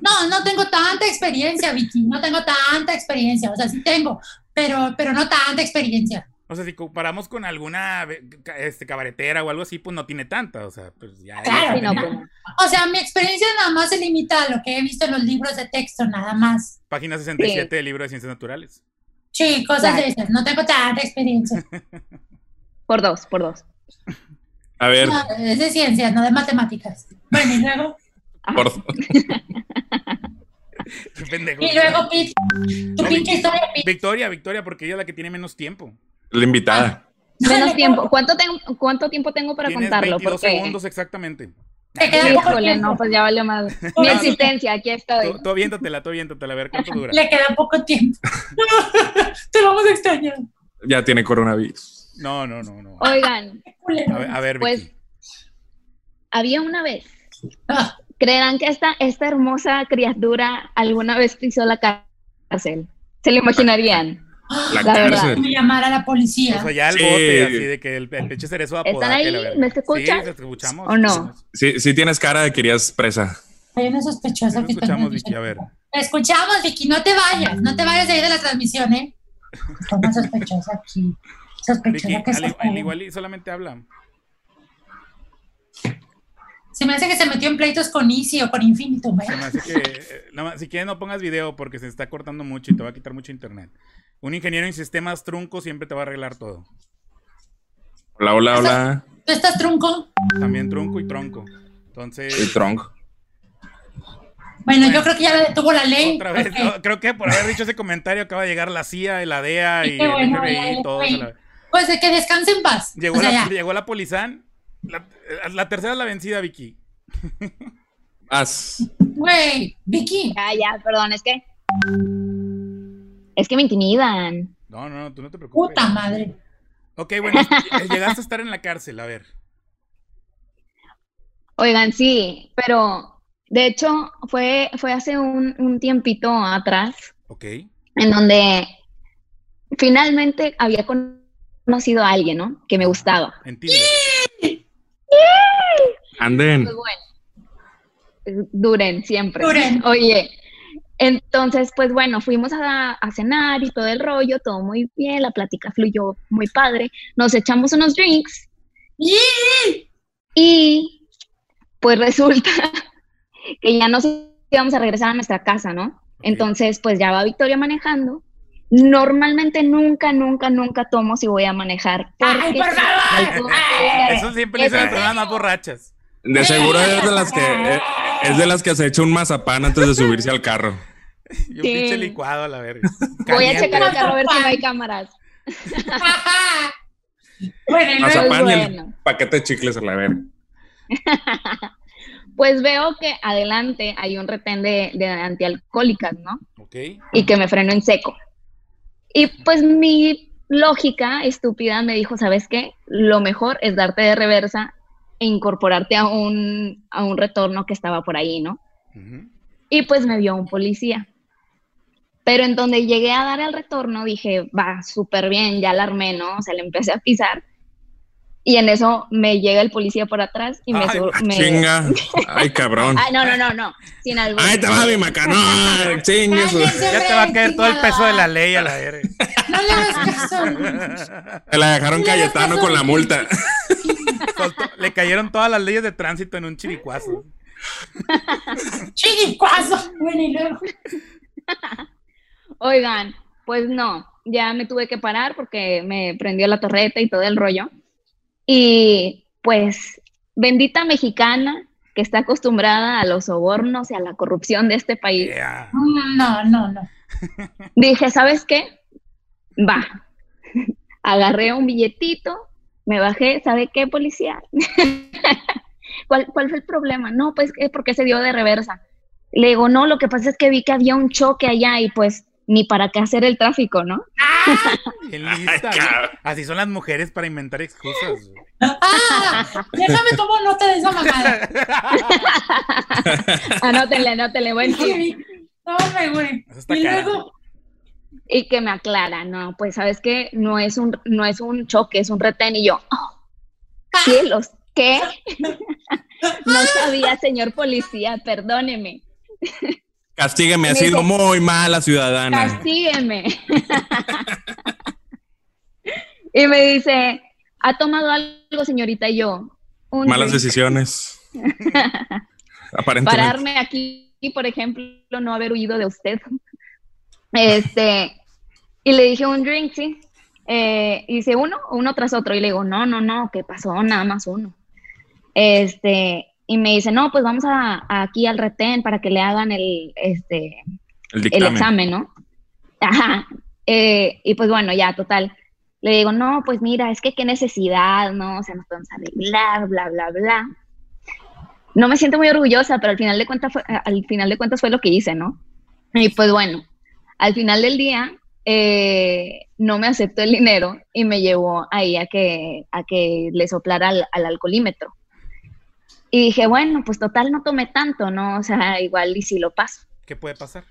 No, no tengo tanta experiencia, Vicky. No tengo tanta experiencia. O sea, sí tengo, pero, pero no tanta experiencia.
O sea, si comparamos con alguna ve- ca- este, cabaretera o algo así, pues no tiene tanta. O sea, pues ya.
Claro,
ya
Sí, no,
tenía
pues,
O sea, mi experiencia nada más se limita a lo que he visto en los libros de texto, nada más.
Página 67 del libro de Ciencias Naturales.
Sí, cosas de esas. No tengo tanta experiencia.
por dos, por dos.
A ver,
No, es de ciencias, no de matemáticas. Bueno, y luego.
por-
Qué pendejo.
Y luego, Pete, tu
No,
pinche
Vicky.
historia,
pues,
Pete.
Victoria, Victoria, porque ella es la que tiene menos tiempo.
la invitada.
Menos tiempo. ¿Cuánto, tengo, ¿Cuánto tiempo tengo para
Tienes
contarlo?
22
Porque,
segundos exactamente.
Te queda poco
híjole,
tiempo.
no, pues ya valió más. Mi
No,
existencia, aquí estoy.
Tú, tú aviéntatela, tú aviéntatela, a ver cuánto dura.
Le queda poco tiempo. Te vamos a extrañar,
Ya tiene coronavirus.
No, no, no, no.
Oigan,
culero.
A ver, a ver,
Pues-
Vicky.
había una vez.
Ah,
¿Creerán que esta, esta hermosa criatura alguna vez pisó la cárcel? ¿Se lo imaginarían?
La
La verdad.
cárcel.
me llamar a la policía.
O sea, ya el
Sí.
bote, así de que el, el pinche cerezo
¿Están
apodado.
ahí? ¿Me escuchan?
Sí, te escuchamos.
¿O no?
Sí, sí tienes cara de que irías presa.
Hay una
Sí,
sospechosa
te
que está en
escuchamos,
la
Vicky, a ver.
Te escuchamos, Vicky, no te vayas. No te vayas de ahí de la transmisión, ¿eh? Está una sospechosa aquí. Sospechosa
Vicky,
que
al,
se fue.
al igual y solamente habla.
Se me hace que se metió en pleitos con Easy o con Infinitum,
Se me
¿eh?
hace que, eh, nada más, si quieres no pongas video porque se está cortando mucho y te va a quitar mucho internet. Un ingeniero en sistemas trunco siempre te va a arreglar todo.
Hola, hola, hola.
¿Tú estás trunco?
También trunco y tronco.
El
Entonces,
tronco.
Bueno,
Bueno.
yo creo que ya la detuvo la ley.
Otra vez,
porque-
no, creo que por haber dicho ese comentario acaba de llegar la CIA y la DEA
Sí,
y
qué
el
bueno,
FBI
ya,
y
ya,
todo.
güey.
a la-
Pues de que descanse en paz.
Llegó,
O sea,
la,
ya.
llegó la Polizán. La, eh, la tercera es la vencida, Vicky.
Haz.
Güey, Vicky,
Ya, ya, perdón, es que. Es que me intimidan.
No, no, no, tú no te preocupes.
puta madre.
Ok, bueno, eh, llegaste a estar en la cárcel, a ver.
Oigan, sí, pero de hecho fue, fue hace un, un tiempito atrás
Ok.
en donde finalmente había conocido a alguien, ¿no? Que me gustaba.
En Tinder.
Anden.
Pues bueno, duren siempre.
Duren.
Oye, entonces, pues bueno, fuimos a, a cenar y todo el rollo, todo muy bien, la plática fluyó muy padre, nos echamos unos drinks y pues resulta que ya nos íbamos a regresar a nuestra casa, ¿no? Entonces, pues ya va Victoria manejando. Normalmente nunca, nunca, nunca tomo si voy a manejar.
¡Ay,
porque
por favor!
alcohol-
Eso siempre le dicen a las personas más borrachas.
De seguro es de las que eh, es de las que se echa un mazapán antes de subirse al carro.
Y un
Sí.
pinche licuado a la verga.
Voy a
Caliente.
checar acá a ver si
Pan.
no hay cámaras.
Ajá. bueno, y luego,
Mazapán y el
bueno.
paquete de chicles a la verga.
Pues veo que adelante hay un retén de, de antialcohólicas, ¿no?
Ok.
Y que me freno en seco. Y pues mi lógica estúpida me dijo, ¿sabes qué? Lo mejor es darte de reversa e incorporarte a un, a un retorno que estaba por ahí, ¿no?
Ujú.
Y pues me vio un policía. Pero en donde llegué a dar el retorno dije, va, súper bien, ya la armé, ¿no? O sea, le empecé a pisar. Y en eso me llega el policía por atrás y me...
Ay,
su-
Ah,
me-
Chinga. Ay, cabrón.
Ay, no, Ah, no, no, no. Sin albur.
Ay, te va mi Ah, macanón. Chingue su-
Cállense.
Ya te va a caer todo el peso de la ley a la verga.
no le hagas caso.
Te la dejaron Cayetano con la multa.
Soltó- Le cayeron todas las leyes de tránsito en un chiricuazo.
Chiricuazo. Bueno, y luego.
Oigan, pues no, ya me tuve que parar porque me prendió la torreta y todo el rollo. Y pues, bendita mexicana que está acostumbrada a los sobornos y a la corrupción de este país,
Yeah.
No, no, no.
dije, ¿sabes qué? Va. Agarré un billetito, me bajé, ¿sabe qué, policía? ¿Cuál, ¿Cuál fue el problema? No, pues que porque se dio de reversa. Le digo, no, lo que pasa es que vi que había un choque allá y pues ni para qué hacer el tráfico, ¿no?
Bien lista.
Ay,
güey.
cabrón.
Así son las mujeres para inventar excusas. güey.
Ah, déjame tomar nota de esa mamada.
Anótenle, anótenle, bueno.
No, me güey.
Eso está
Y
caro.
luego,
Y que me aclara, no, pues sabes que no es un, no es un choque, es un retén. Y yo, oh, cielos, ¿qué? No sabía, señor policía, perdóneme,
Castígueme, ha
Me
sido
dijo-
muy mala ciudadana.
castígueme. Y me dice, ¿ha tomado algo, señorita? Y yo, un
Malas
drink.
decisiones. Aparentemente.
pararme aquí, por ejemplo, no haber huido de usted. Este, y le dije un drink, sí. Eh, y dice uno, uno tras otro. Y le digo, no, no, no, ¿qué pasó? Nada más uno. Este, y me dice, no, pues vamos a, a aquí al retén para que le hagan el, este,
El
el
dictamen.
examen, ¿no? Ajá. Eh, y pues bueno, ya, total. Le digo, no, pues mira, es que qué necesidad, ¿no? O sea, nos podemos arreglar, bla, bla, bla. No me siento muy orgullosa, pero al final de cuentas fue, al final de cuentas fue lo que hice, ¿no? Y pues bueno, al final del día eh, no me aceptó el dinero y me llevó ahí a que, a que le soplara al, al alcoholímetro. Y dije, bueno, pues total no tomé tanto, ¿no? O sea, igual y si lo paso
¿Qué puede pasar?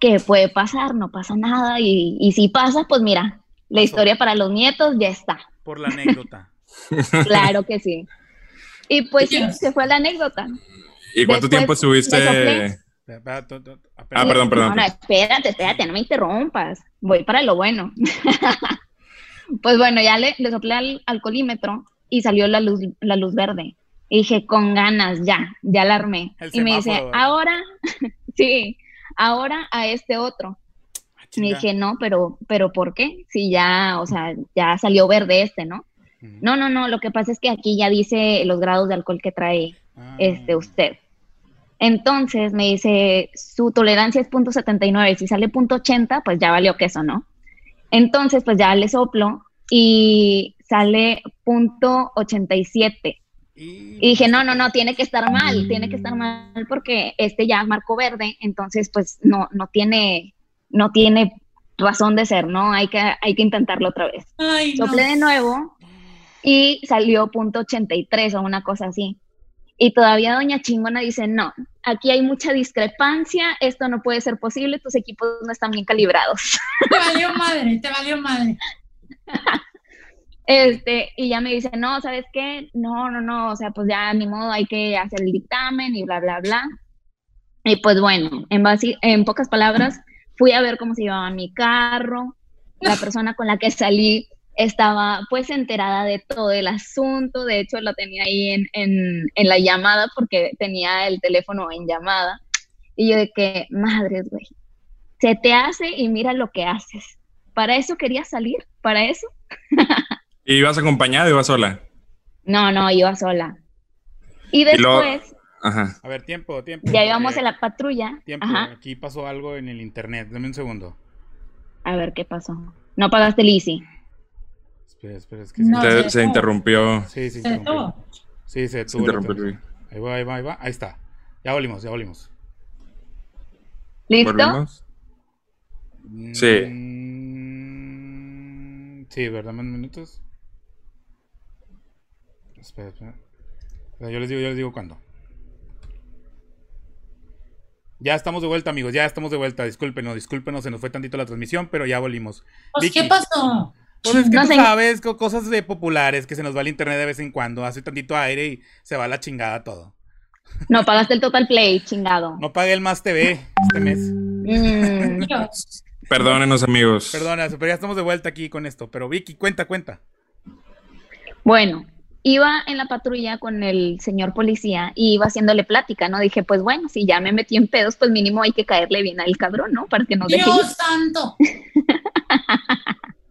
que puede pasar, no pasa nada, y, y si pasa, pues mira, la
Pasó.
historia para los nietos ya está,
Por la anécdota.
claro que sí. Y pues sí,
Yes.
se fue la anécdota.
¿Y cuánto
Después
tiempo
me soplé.
estuviste?
Espera, to- to- ah,
Ah,
perdón.
perdón, perdón.
No, no, espérate, espérate, no me interrumpas, voy para lo bueno. pues bueno, ya le, le soplé al, al colímetro y salió la luz, la luz verde. Y dije, con ganas, ya, ya la armé.
El
Y me dice,
semáforo.
ahora, sí, ahora a este otro.
Ah,
Me
chinga.
dije, no, pero, pero ¿por qué? Si ya, o sea, ya salió verde este, ¿no?
Ujú.
No, no, no, lo que pasa es que aquí ya dice los grados de alcohol que trae
Ah.
este usted. Entonces me dice, su tolerancia es .79, si sale .80, pues ya valió queso, ¿no? Entonces, pues ya le soplo y sale .87.
Y,
Y dije, no, no, no, tiene que estar mal, tiene que estar mal porque este ya marcó verde, entonces pues no, no tiene, no tiene razón de ser, ¿no? Hay que, hay que intentarlo otra vez.
Ay, no.
Soplé de nuevo y salió punto 83 o una cosa así. Y todavía Doña Chingona dice, no, aquí hay mucha discrepancia, esto no puede ser posible, tus equipos no están bien calibrados.
Te valió madre, te valió madre.
Este, y ya me dice, no, ¿sabes qué? No, no, no, o sea, pues ya ni modo, hay que hacer el dictamen y bla, bla, bla. Y pues bueno, en, basi- en pocas palabras, fui a ver cómo se llevaba mi carro, la persona con la que salí estaba pues enterada de todo el asunto, de hecho lo tenía ahí en, en, en la llamada porque tenía el teléfono en llamada. Y yo de que, madres, güey, se te hace y mira lo que haces. ¿Para eso querías salir? ¿Para eso?
¿Y vas acompañada o ibas sola?
No, no, iba sola. Y
Y luego-
después
Ajá.
A ver, tiempo, tiempo.
ya íbamos
porque
en la patrulla.
Tiempo,
Ajá.
aquí pasó algo en el internet. Dame un segundo.
A ver qué pasó. No pagaste el ICI.
Espera, espera, es que sí.
No.
Se-
sí.
se interrumpió.
Sí, sí,
Se
se rompió.
detuvo.
Sí, se
Se
detuvo la
interrumpió.
transmisión. Ahí va, ahí va, ahí va. Ahí está. Ya olimos, ya olimos.
¿Listo?
¿Volvemos? Sí.
Mm, Sí, ¿verdad? ¿Más minutos? Espera, espera. Espera, Yo les digo, yo les digo cuándo. Ya estamos de vuelta, amigos, ya estamos de vuelta. Discúlpenos, discúlpenos, se nos fue tantito la transmisión, pero ya volvimos.
Pues, ¿qué
Vicky.
pasó?
Pues es que
No
tú
sé.
sabes, co- cosas de populares que se nos va el internet de vez en cuando, hace tantito aire y se va la chingada todo.
No pagaste el Total Play, chingado.
No pagué el Más TV este mes.
Mm,
Dios.
Perdónenos, amigos.
Perdona, pero ya estamos de vuelta aquí con esto. Pero Vicky, cuenta, cuenta.
Bueno, iba en la patrulla con el señor policía y iba haciéndole plática, ¿no? Dije, pues bueno, si ya me metí en pedos, pues mínimo hay que caerle bien al cabrón, ¿no? Para que nos deje ir.
Dios santo.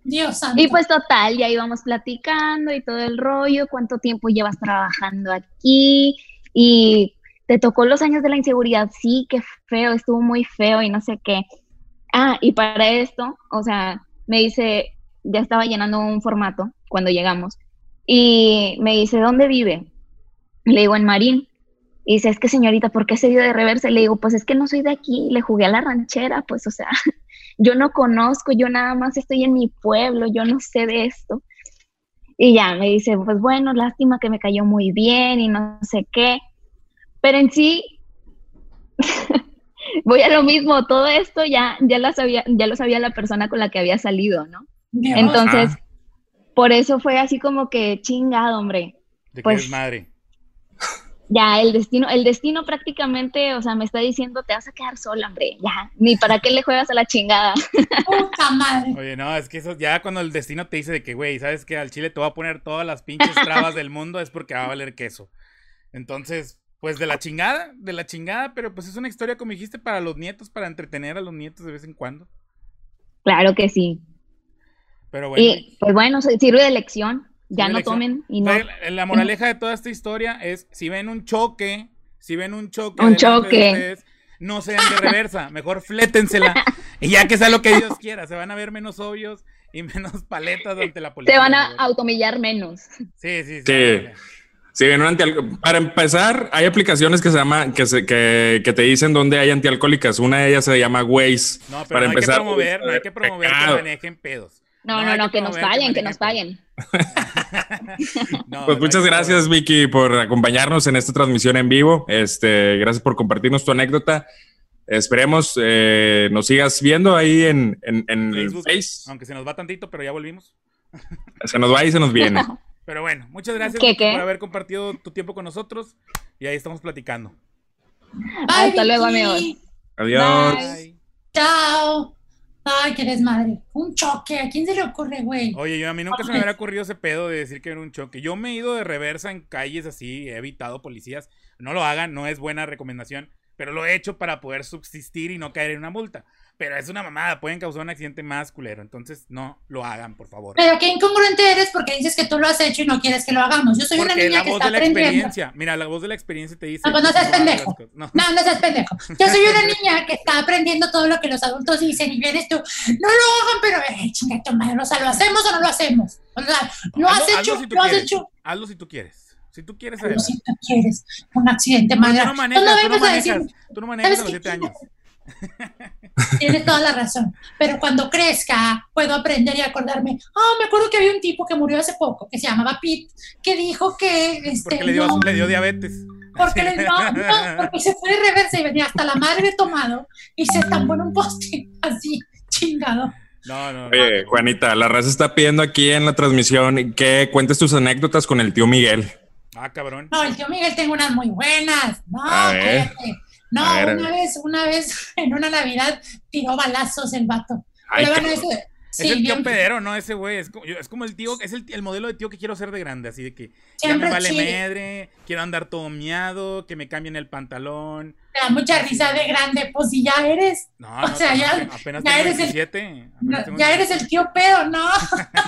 Dios santo.
Y pues total, ya íbamos platicando y todo el rollo, cuánto tiempo llevas trabajando aquí y te tocó los años de la inseguridad, sí, qué feo, estuvo muy feo y no sé qué. Ah, y para esto, o sea, me dice, ya estaba llenando un formato cuando llegamos y me dice, ¿dónde vive? Le digo, en Marín. Y dice, es que señorita, ¿por qué se dio de reversa? Y Le digo, pues es que no soy de aquí, le jugué a la ranchera, pues o sea, yo no conozco, yo nada más estoy en mi pueblo, yo no sé de esto. Y ya me dice, pues bueno, lástima que me cayó muy bien y no sé qué. Pero en sí, voy a lo mismo, todo esto ya, ya, lo sabía, ya lo sabía la persona con la que había salido, ¿no?
Dios.
Entonces, por eso fue así como que chingado, hombre.
De
Pues-
que eres madre.
Ya, el destino, el destino prácticamente, o sea, me está diciendo, te vas a quedar sola, hombre, ya, ni para qué le juegas a la chingada.
Puta madre.
Oye, no, es que eso ya cuando el destino te dice de que, güey, sabes que al chile te voy a poner todas las pinches trabas del mundo es porque va a valer queso. Entonces, pues de la chingada, de la chingada, pero pues es una historia, como dijiste, para los nietos, para entretener a los nietos de vez en cuando.
Claro que sí,
Pero bueno.
Y pues bueno, se- sirve de lección. Ya
Sirve de
no
lección.
tomen y no.
La, la moraleja de toda esta historia es si ven un choque, si ven un choque,
Un
delante de
choque.
ustedes, no sean de reversa, mejor flétensela y ya que sea lo que Dios quiera, se van a ver menos obvios y menos paletas ante la policía.
Se van a
güey.
automillar menos.
Sí, sí, sí.
Sí. Sí, bien, un antial- Para empezar, hay aplicaciones que se llama que, se- que, que te dicen dónde hay antialcohólicas. Una de ellas se llama Waze.
No, pero
para
no hay
empezar,
que promover, no hay que promover
pecado.
que manejen pedos.
No, no, no, que nos paguen, que nos paguen.
Pues muchas gracias, Vicky, por acompañarnos en esta transmisión en vivo. Este, gracias por compartirnos tu anécdota. Esperemos eh, nos sigas viendo ahí en, en, en el
Facebook.
Face.
Aunque se nos va tantito, pero ya volvimos.
Se nos va y se nos viene.
Pero bueno, muchas gracias
¿Qué,
Vicky,
qué?
por haber compartido tu tiempo con nosotros y ahí estamos platicando.
Bye,
Hasta luego,
Vicky.
amigos.
Adiós.
Bye. Chao. Ay, que desmadre. Un choque. ¿A quién se le ocurre, güey?
Oye, yo a mí nunca se me hubiera ocurrido ese pedo de decir que era un choque. Yo me he ido de reversa en calles así, he evitado policías. No lo hagan, no es buena recomendación. pero lo he hecho para poder subsistir y no caer en una multa. Pero es una mamada, pueden causar un accidente más culero, entonces no lo hagan, por favor.
Pero qué incongruente eres porque dices que tú lo has hecho y no quieres que lo hagamos. Yo soy una
Porque
niña
la
que
voz
está
de la
aprendiendo.
experiencia, mira, la voz de la experiencia te dice...
No, pues no seas
hagas
pendejo.
las cosas. No.
No, no seas pendejo. Yo soy una niña que está aprendiendo todo lo que los adultos dicen y vienes tú, no lo hagan, pero, eh, chinga tu madre, o sea, ¿lo hacemos o no lo hacemos? O sea, lo has
Hazlo- hazlo
hecho,
si tú
lo has
quieres.
hecho.
Hazlo si tú quieres. Si tú quieres,
Pero
adelante.
si tú quieres un accidente más
Tú no
grave.
manejas, tú no
vengas a
manejas,
decirme,
tú no manejas a los
¿sabes
siete
qué?
años.
Tienes toda la razón. Pero cuando crezca, puedo aprender y acordarme. Ah, me acuerdo que había un tipo que murió hace poco, que se llamaba Pete, que dijo que. Este,
Porque le dio,
no,
le dio diabetes.
porque, le- no, no, porque se fue de reversa y venía hasta la madre tomado y se estampó en un poste, así, chingado.
No, no, no.
Oye, Juanita, la raza está pidiendo aquí en la transmisión que cuentes tus anécdotas con el tío Miguel.
Ah, cabrón.
No, el tío Miguel tengo unas muy buenas. No,
A ver.
cállate. No,
A ver.
una vez, una vez, en una Navidad, tiró balazos el vato.
Ay,
Pero bueno,
cabrón.
eso- sí,
es el tío
bien-
pedero, ¿no? Ese güey. Es como, yo- es como el tío, es el, el modelo de tío que quiero ser de grande, así de que ya
Siempre
me vale
chile.
madre, quiero andar todo miado, que me cambien el pantalón.
Me da mucha risa de grande, pues si ya eres,
No,
O
no,
sea, ya-
apenas- apenas
ya
tengo
eres el-
17.
no,
apenas tengo
ya eres el tío pedo, ¿no?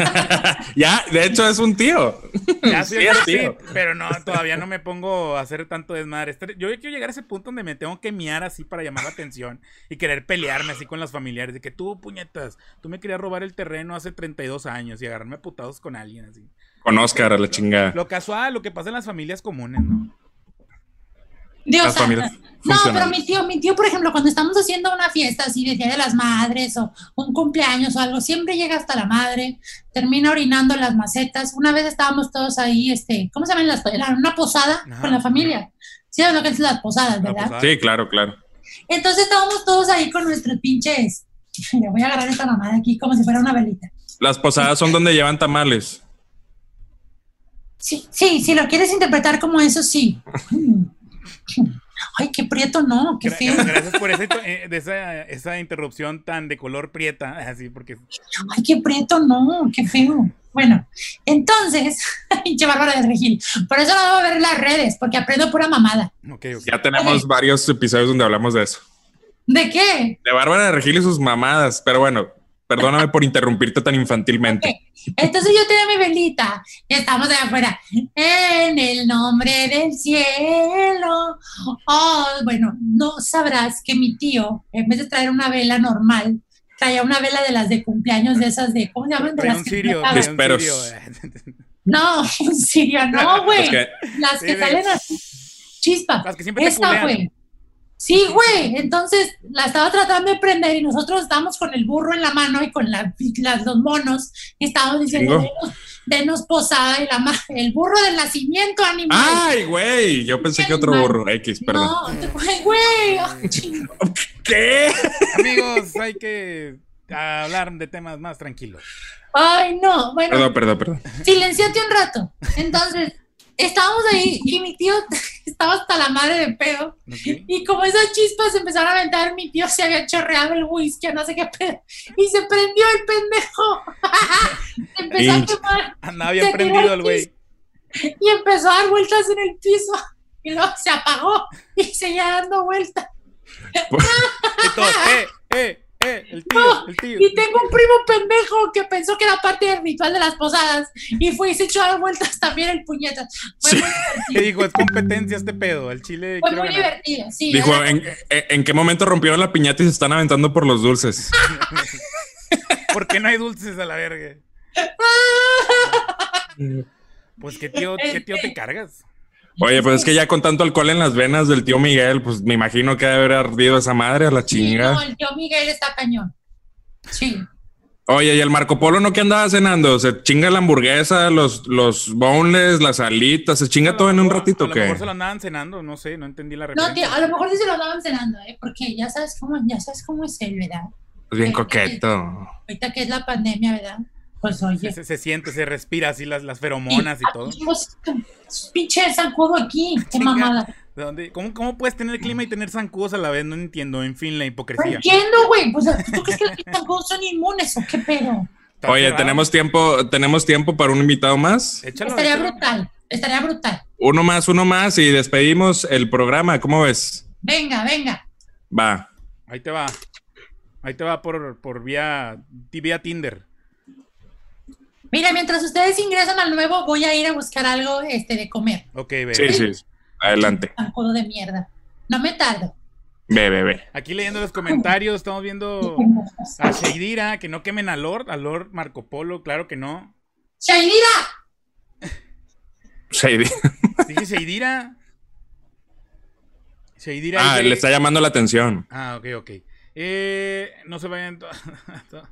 Ya, de hecho es un tío.
Ya soy
Sí,
el
es
Pit,
tío.
pero no, todavía no me pongo a hacer tanto desmadre. Estar- Yo quiero llegar a ese punto donde me tengo que miar así para llamar la atención y querer pelearme así con los familiares. De que tú, puñetas, tú me querías robar el terreno hace 32 años y agarrarme a putados con alguien así.
Con Oscar a la chingada.
Lo casual, lo que pasa en las familias comunes, ¿no?
Dios
Las
santo.
familias
No, pero
funcionan.
mi tío, mi tío, por ejemplo, cuando estamos haciendo una fiesta así de Día de las Madres o un cumpleaños o algo, siempre llega hasta la madre, termina orinando en las macetas. Una vez estábamos todos ahí, este, ¿cómo se llaman las? la- Una posada
Ajá.
con la familia. Sí, ¿saben lo que es las posadas,
La
¿verdad?
posada.
Sí, claro, claro.
Entonces estábamos todos ahí con nuestros pinches. Le voy a agarrar esta mamada aquí como si fuera una velita.
Las posadas son donde llevan tamales.
Sí, sí, si lo quieres interpretar como eso, sí. Ay, qué prieto, no, qué
Gra-
feo.
Gracias por ese to- eh, de esa, esa interrupción tan de color prieta, así porque
Ay, qué prieto, no, qué feo. Bueno, entonces, pinche Bárbara del Regil. Por eso no debo ver las redes, porque aprendo pura mamada.
ok, ok.
Ya tenemos
Oye.
varios episodios donde hablamos de eso.
¿De qué?
De Bárbara de Regil y sus mamadas, pero bueno, perdóname por interrumpirte tan infantilmente.
Ok, Entonces yo tenía mi velita y estamos allá afuera. En el nombre del cielo. Oh, bueno, no sabrás que mi tío, en vez de traer una vela normal, traía una vela de las de cumpleaños, de esas de, ¿cómo se llaman? De
Trae
las
un
que
sirio,
se
trae
apagan.
un
Disperos.
sirio.
No, un sirio, no, güey.
Los que-
Las
Sí,
que
de-
salen así. Chispa.
Las que siempre te
Esta,
culean.
güey. Sí, güey. Entonces la estaba tratando de prender y nosotros estábamos con el burro en la mano y con la- las, los monos y estábamos diciendo,
Chingo.
denos, denos posada y la ma- el burro del nacimiento animal.
Ay, güey, yo pensé que otro burro X, Ah, perdón.
no, güey, güey. ay, ching-
¿Qué?
Amigos, hay que hablar de temas más tranquilos.
Ay, no. Bueno,
Perdón, perdón, perdón.
silenciate un rato. Entonces estábamos ahí y mi tío estaba hasta la madre de pedo.
¿ok?
Y como esas chispas se empezaron a aventar, mi tío se había chorreado el whisky, no sé qué pedo. Y se prendió el pendejo. Se empezó a
Pinche.
quemar
Andaba bien
Te
prendido el güey.
y empezó a dar vueltas en el piso. Y luego se apagó y seguía dando vueltas.
Y todos, eh, eh, eh, el tío, el tío.
Oh, Y tengo un primo pendejo que pensó que era parte del ritual de las posadas. Y fue y se echó a dar vueltas también el puñeta. Fue
Sí.
muy
Que
divertido.
dijo, es competencia este pedo. El chile
Fue
quiero
muy
ganar.
divertido, sí.
Dijo,
era-
¿en, en- en qué momento rompieron la piñata y se están aventando por los dulces?
¿Por qué no hay dulces a la verga? Pues qué tío, qué tío
Este
te cargas.
Oye, pues es que ya con tanto alcohol en las venas del tío Miguel, pues me imagino que ha de haber ardido esa madre a la
Sí, no,
chinga.
el tío Miguel está cañón. Sí.
Oye, ¿y el Marco Polo no que andaba cenando? ¿Se chinga la hamburguesa, los, los boneless, las alitas? ¿Se chinga todo en un ratito
A
o
lo
qué?
mejor se lo andaban cenando, no sé, no entendí la
No, tío,
referencia.
a lo mejor sí se lo andaban cenando, ¿eh? Porque ya sabes cómo, ya sabes cómo es él, ¿verdad?
Es Pues bien coqueto.
Ahorita que es la pandemia, ¿verdad? Pues
Se,
oye.
se- se siente, se respira así las, las feromonas y todo.
Pues, pinche zancudo aquí, qué
Chinga.
mamada.
¿De dónde? ¿Cómo, ¿Cómo puedes tener clima y tener zancudos a la vez? No entiendo, en fin, la
No
hipocresía.
entiendo, güey. Pues, ¿tú crees que los zancudos son inmunes o qué pedo?
Está
Oye,
cerrado.
tenemos tiempo, tenemos tiempo para un invitado más.
Échalo,
estaría
échalo.
brutal, estaría brutal.
Uno más, uno más y despedimos el programa. ¿Cómo ves?
Venga, venga.
Va.
Ahí te va. Ahí te va por, por vía, ti- vía Tinder.
Mira, mientras ustedes ingresan al nuevo, voy a ir a buscar algo este, de comer.
Ok, ve.
Sí, sí. Adelante.
Zancudo de mierda. No me tardo.
Ve, ve, ve.
Aquí leyendo los comentarios, estamos viendo a Shaidira, que no quemen a Lord, a Lord Marco Polo, claro que no.
¡Shainira!
Shady.
Dije Shaidira. Shaidira.
Ah,
dije-
le está llamando la atención.
Ah, ok, ok. Eh, no se vayan. to-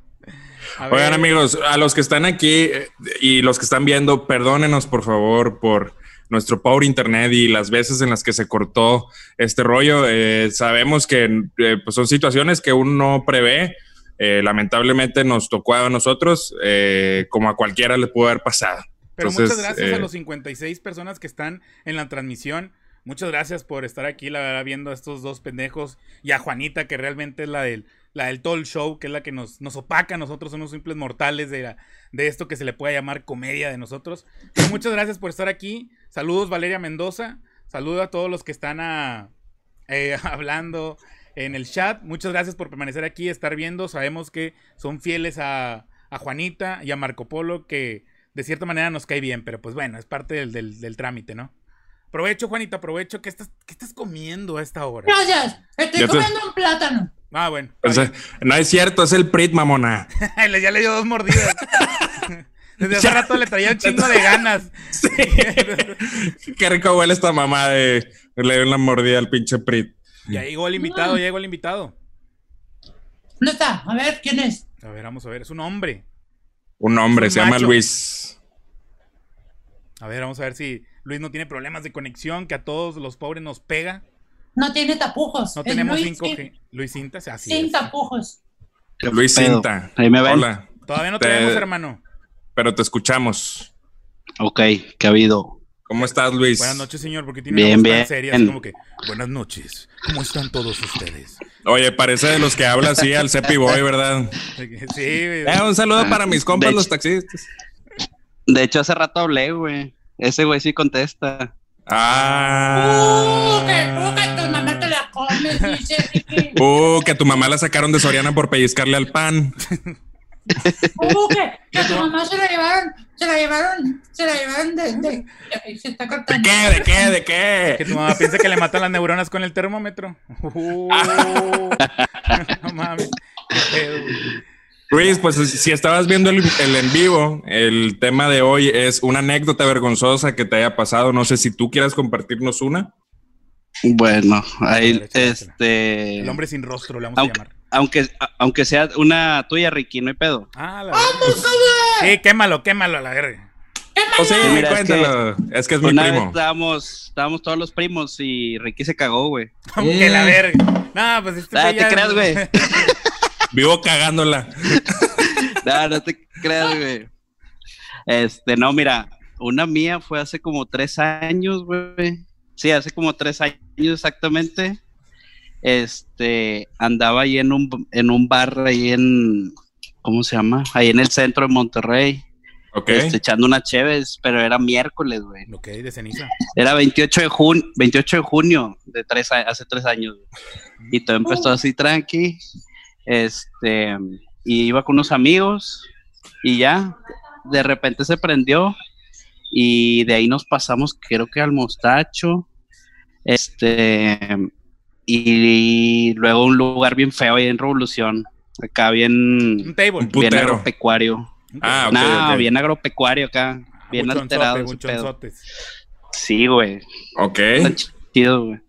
A ver,
Oigan amigos, a los que están aquí eh, y los que están viendo, perdónenos por favor por nuestro pobre internet y las veces en las que se cortó este rollo. Eh, sabemos que eh, pues son situaciones que uno no prevé. Eh, lamentablemente nos tocó a nosotros, eh, como a cualquiera le pudo haber pasado.
Pero
entonces,
muchas gracias a
eh,
los 56 personas que están en la transmisión. Muchas gracias por estar aquí, la verdad, viendo a estos dos pendejos y a Juanita, que realmente es la del, la del Toll Show, que es la que nos, nos opaca a nosotros, unos simples mortales de, la- de esto que se le puede llamar comedia de nosotros. Pero muchas gracias por estar aquí. Saludos, Valeria Mendoza. Saludos a todos los que están a- eh, hablando en el chat. Muchas gracias por permanecer aquí, estar viendo. Sabemos que son fieles a, a Juanita y a Marco Polo, que de cierta manera nos cae bien, pero pues bueno, es parte del, del- del trámite, ¿no? Aprovecho, Juanita, aprovecho. ¿Qué estás, qué estás comiendo a esta hora?
Gracias. Estoy
Ya te-
comiendo un plátano.
Ah, bueno.
o sea, no es cierto, es el PRIT, mamona.
Le- ya le dio dos mordidas. Desde hace
Ya.
rato le traía un chingo de ganas.
Qué rico huele esta mamá de le dio una mordida al pinche PRIT.
Y ahí llegó el invitado, ya llegó el invitado.
¿Dónde está? A ver, ¿quién es?
A ver, vamos a ver. Es un hombre.
Un hombre,
Es un
se llama
macho.
Luis.
A ver, vamos a ver si Luis no tiene problemas de conexión, que a todos los pobres nos pega.
No tiene tapujos.
No
Es
tenemos
Luis
5G.
sin-
Luis Cinta, así
Sin
es.
tapujos.
Luis
Pero,
Cinta.
Ahí me ven.
Hola,
Todavía no
Te-
te
Este,
vemos, hermano.
pero te escuchamos.
Ok, ¿qué ha habido?
¿Cómo estás, Luis?
Buenas noches, señor, porque tiene una
Bien,
voz tan
bien.
seria, así como que, buenas noches, ¿cómo están todos ustedes?
Oye, parece de los que habla así al Cepi Boy, ¿verdad?
Sí, güey.
Eh, un saludo para mis compas,
De
los
hecho-
taxistas.
De hecho, hace rato hablé, güey. Ese güey sí contesta.
Ah.
¡Uh! Que tú, que tu mamá te la comes, dice. Ricky.
Uh, que a tu mamá la sacaron de Soriana por pellizcarle al pan.
Uh, que, que tu mamá se la llevaron, se la llevaron, se la llevaron de. de- Ay, se está
¿De
cortando.
qué? ¿De qué? ¿De
Que
qué?
tu mamá piensa que le matan las neuronas con el termómetro. Uh, no mames. Qué pedo, güey.
Luis, pues si estabas viendo el, el en vivo, el tema de hoy es una anécdota vergonzosa que te haya pasado. No sé si tú quieras compartirnos una.
Bueno, ahí,
Échala, échala.
este.
El hombre sin rostro, le vamos
Aunque-
a llamar.
Aunque, a- aunque sea una tuya, Ricky, no hay pedo.
Ah, la Sí, quémalo, quémalo a la verga.
O sí,
Mira, es que-
cuéntalo. Es que es mi
una vez
primo.
estábamos, estábamos todos los primos y Ricky se cagó, güey.
Como que
Eh.
la verga. No, pues este
Ah,
güey
te creas, güey.
Vivo cagándola.
No, no te creas, güey. Este, no, mira, una mía fue hace como tres años, güey. Sí, hace como tres años exactamente. Este, andaba ahí en un, en un bar, ahí en, ¿cómo se llama? Ahí en el centro de Monterrey,
Ok.
este, echando unas cheves, pero era miércoles, güey.
Ok, de ceniza.
Era 28 de, junio 28 de junio, de tres, a- hace tres años. güey. Y todo empezó así tranqui. Este, y iba con unos amigos y ya, de repente se prendió y de ahí nos pasamos, creo que al mostacho. Este, y luego un lugar bien feo ahí en Revolución, acá
Un
bien,
table.
Un
bien
putero.
agropecuario.
Ah, ok,
Nah,
ok.
bien agropecuario acá,
Ah,
bien
buchonzote,
alterado. ese pedo.
buchonzotes.
Sí, güey
Ok.
tan chido, güey.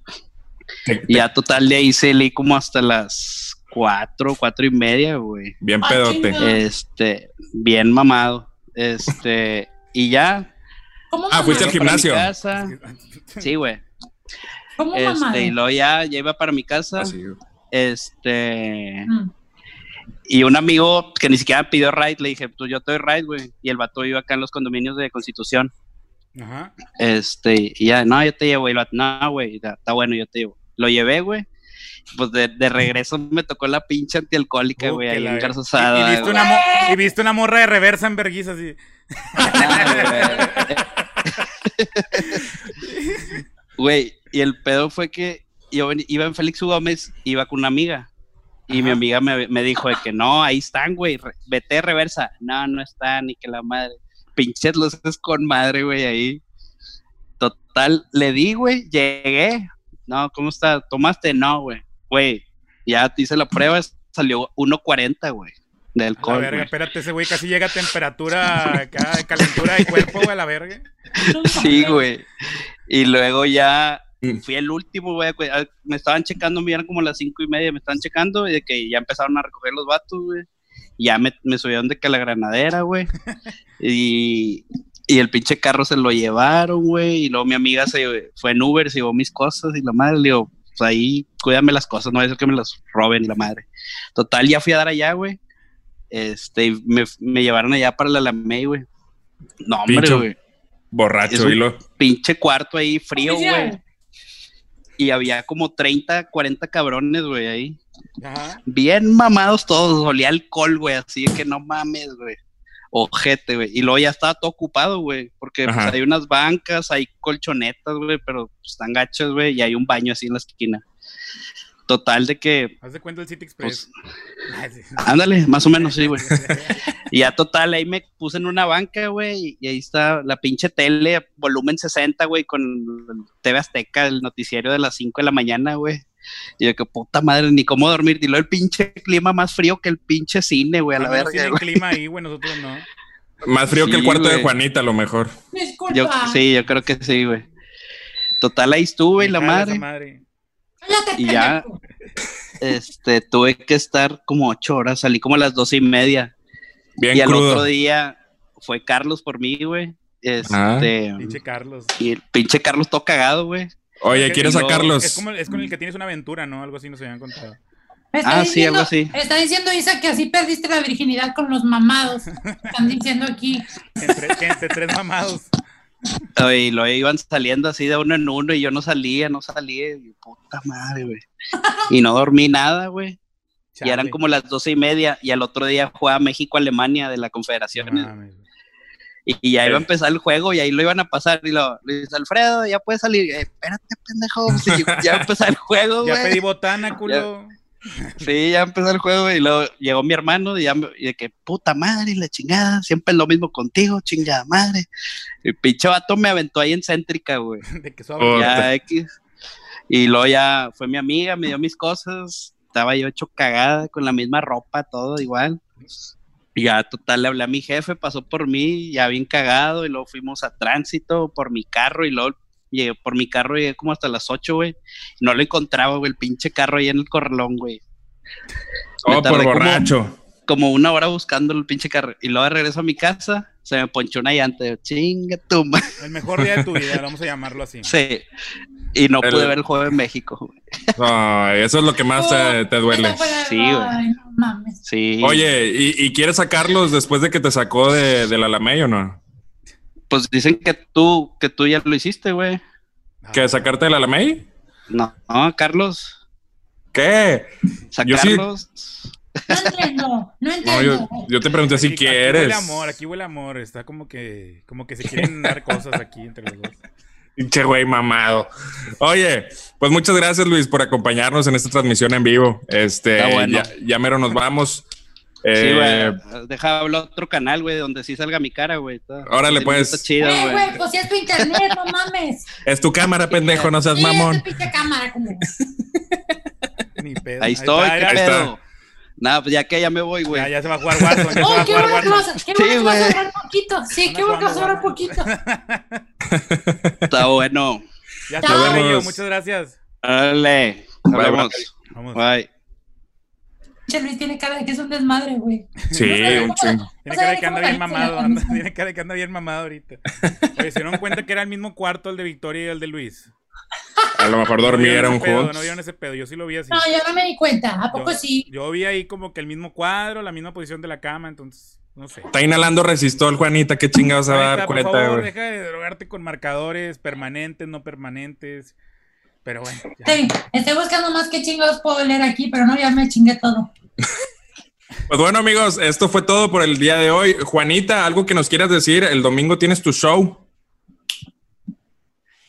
Y ya total de ahí salí como hasta las cuatro, cuatro y media, güey.
Bien
Ah,
pedote.
chinga.
Este, bien mamado. Este, y ya.
¿Cómo
Ah, fuiste al
mamado?
iba para mi
gimnasio.
casa. Sí, güey.
¿Cómo mamado?
Este, y luego ya, ya iba para mi casa.
Así.
Este,
Mm.
y un amigo que ni siquiera pidió ride, le dije, pues yo te doy ride, güey. Y el vato iba acá en los condominios de Constitución. Ah,
Ajá. Uh,
Este, y ya, no, yo te llevo. Y lo, no, güey, ya, está bueno, yo te llevo. Lo llevé, güey. Pues de, de regreso me tocó la pinche antialcohólica,
Uh,
güey,
que
ahí
la
en
verga.
Garza
Y, y
Sada,
viste
güey.
una mo- y viste una morra de reversa en verguisa así.
Güey, y el pedo fue que yo ven- iba en Félix U. Gómez, iba con una amiga. Y mi
Ajá.
amiga me, me dijo de que no, ahí están, güey, re- vete reversa. No, no están, ni que la madre. Pinches los es con madre, güey, ahí. Total, le di, güey, llegué. No, ¿cómo está? ¿Tomaste? No, güey. Güey, ya te hice la prueba, salió 1.40, güey,
A
del
la
alcohol,
verga,
güey.
espérate, ese güey casi llega a temperatura, acá de calentura de cuerpo, güey, a la verga.
Sí, güey. Y luego ya fui el último, güey. güey. Ah, Me estaban checando, me eran como las cinco y media, me estaban checando y de que ya empezaron a recoger los vatos, güey. Y Ya me, me subieron de que a la granadera, güey. Y, y el pinche carro se lo llevaron, güey. Y luego mi amiga se fue en Uber, se llevó mis cosas y la madre le digo, pues ahí cuídame las cosas, no vaya a ser que me las roben y la madre. Total, ya fui a dar allá, güey. Este, y me, me llevaron allá para la Lamey, güey. No, hombre,
Pincho.
güey Es
Borracho,
un-
y lo.
pinche cuarto ahí frío,
Oficial.
güey. Y había como 30, 40 cabrones, güey, ahí.
Ajá.
Bien mamados todos, olía alcohol, güey, así que no mames, güey. Ojete, güey. Y luego ya estaba todo ocupado, güey, porque pues,
Ajá.
hay unas bancas, hay colchonetas, güey, pero pues, están gachas, güey, y hay un baño así en la esquina. Total de que,
Haz de cuenta el City Express.
pues,
Ay, sí.
ándale, más o menos, sí, güey. Y ya total, ahí me puse en una banca, güey, y ahí está la pinche tele, volumen 60, güey, con TV Azteca, el noticiero de las 5 de la mañana, güey. Y yo que puta madre, ni cómo dormir. Y luego el pinche clima más frío que el pinche cine, güey, a la
Ah, no,
verga,
tienen
güey.
clima ahí, güey, nosotros no.
Más frío que el
Sí,
cuarto de
güey.
Juanita, a lo mejor.
Disculpa.
Yo, sí, yo creo que sí, güey. Total, ahí estuve, y la
Jala esa
madre.
Cállate,
Y ya.
pendejo.
Este, tuve que estar como 8 horas, salí como a las 12 y media.
Bien
y al
crudo.
otro día fue Carlos por mí, güey. Este,
Ah.
Pinche Carlos.
y el pinche Carlos todo cagado, güey.
Oye,
Es que-
¿quieres
y
a
luego-
Carlos?
Es, como, es con el que tienes una aventura, ¿no? Algo así nos habían contado.
Me está
Ah, sí, algo así.
me Está diciendo Isa que así perdiste la virginidad con los mamados. Están diciendo aquí.
Entre, que entre tres mamados.
Oye, Y lo iban saliendo así de uno en uno y yo no salía, no salía. Y yo, puta madre, güey. Y no dormí nada, güey. Y eran
Chale.
como las doce y media y al otro día jugaba México-Alemania de la
No
Confederación.
mames, güey.
y, y ya iba a empezar el juego y ahí lo iban a pasar. Y lo, Luis Alfredo, ya puedes salir. Eh, Espérate, pendejo. sí, ya empezó el juego,
Ya pedí
güey.
botana, culo.
Sí, ya empezó el juego y luego llegó mi hermano y, ya me- y de que puta madre, la chingada. Siempre es lo mismo contigo, chingada madre. El pinche vato me aventó ahí en céntrica, güey.
De que suave.
Por-
ya X. Y luego ya fue mi amiga, me dio mis cosas. Estaba yo hecho cagada con la misma ropa, todo igual. Y ya total le hablé a mi jefe, pasó por mí, ya bien cagado. Y luego fuimos a tránsito por mi carro. Y luego llegué por mi carro, llegué como hasta las 8, güey. No lo encontraba, güey, el pinche carro ahí en el corralón, güey.
Oh,
Me
por
tardé como-
borracho.
Como una hora buscando el pinche carro. Y luego de regreso a mi casa, se me ponchó una llanta. Yo, chinga tu madre".
El mejor día de tu vida, vamos a llamarlo así.
Sí. Y no
El-
pude ver el juego en México, güey.
Ay, Ah, eso es lo que más eh,
"Oh,
te, te duele.
Esa fue la-
Sí, güey.
Ay, no mames.
pues, Sí.
Oye, ¿y, y quieres a Carlos después de que te sacó de, del Alamey o no?
Pues dicen que tú, que tú ya lo hiciste, güey.
Ah,
¿Que sacarte del Alamey?
No, no, Carlos.
¿Qué? Yo sí-
Sacarlos.
No entiendo. No
No,
entiendo.
yo, yo te pregunté si
Aquí huele
quieres.
amor, aquí huele amor. Está como que, como que se quieren dar cosas aquí entre los dos.
Pinche güey mamado. Oye, pues muchas gracias Luis por acompañarnos en esta transmisión en vivo. Este,
Está
ya,
bueno.
ya mero nos vamos.
Sí,
Eh,
güey. Deja hablar otro canal, güey, donde sí salga mi cara, güey. Está-
Órale,
sí,
pues.
Está chido,
Güey,
güey.
güey, pues si es tu internet, no mames.
es tu cámara, pendejo, no seas
Sí, es
mamón.
tu pinche cámara, como. Oh,
Ni pedo.
Ahí estoy,
está,
qué
era-
ahí está.
pedo. Nada, pues ya que ya me voy,
Ya,
güey.
ya se va a jugar Warzone. Ya se va
Oh,
a
qué
jugar
bueno que
Warzone.
vas, qué bueno
Sí,
que vas a
güey.
ahorrar poquito. Sí,
Anda
qué bueno que vas a
jugando,
ahorrar
anda.
poquito.
Está bueno.
Ya
Nos
está, Carrillo,
vemos.
Muchas gracias.
Órale. Nos
Bye,
vemos.
Vamos.
Bye.
Che, Luis tiene cara de que es un desmadre, güey.
Sí,
Tiene
un chingo.
O sea,
cara de
¿de
que
cómo
anda bien
parece?
mamado. anda- tiene cara de que anda bien mamado ahorita. Oye, se dieron cuenta que era el mismo cuarto el de Victoria y el de Luis.
A lo mejor
No vieron
dormieron
ese pedo,
juntos.
No vieron ese pedo. Yo sí lo vi así.
No, yo no me di cuenta. ¿A poco
Yo-
sí?
Yo vi ahí como que el mismo cuadro, la misma posición de la cama, entonces, no sé.
Está inhalando resistol, Juanita. ¿Qué chingados se va a
Juanita,
dar
por
cuenta,
favor,
güey?
deja de drogarte con marcadores permanentes, no permanentes. Pero bueno, ya.
Sí, estoy buscando más que chingados puedo leer aquí, pero no, ya me chingué todo.
Pues bueno, amigos, esto fue todo por el día de hoy. Juanita, algo que nos quieras decir. El domingo tienes tu show.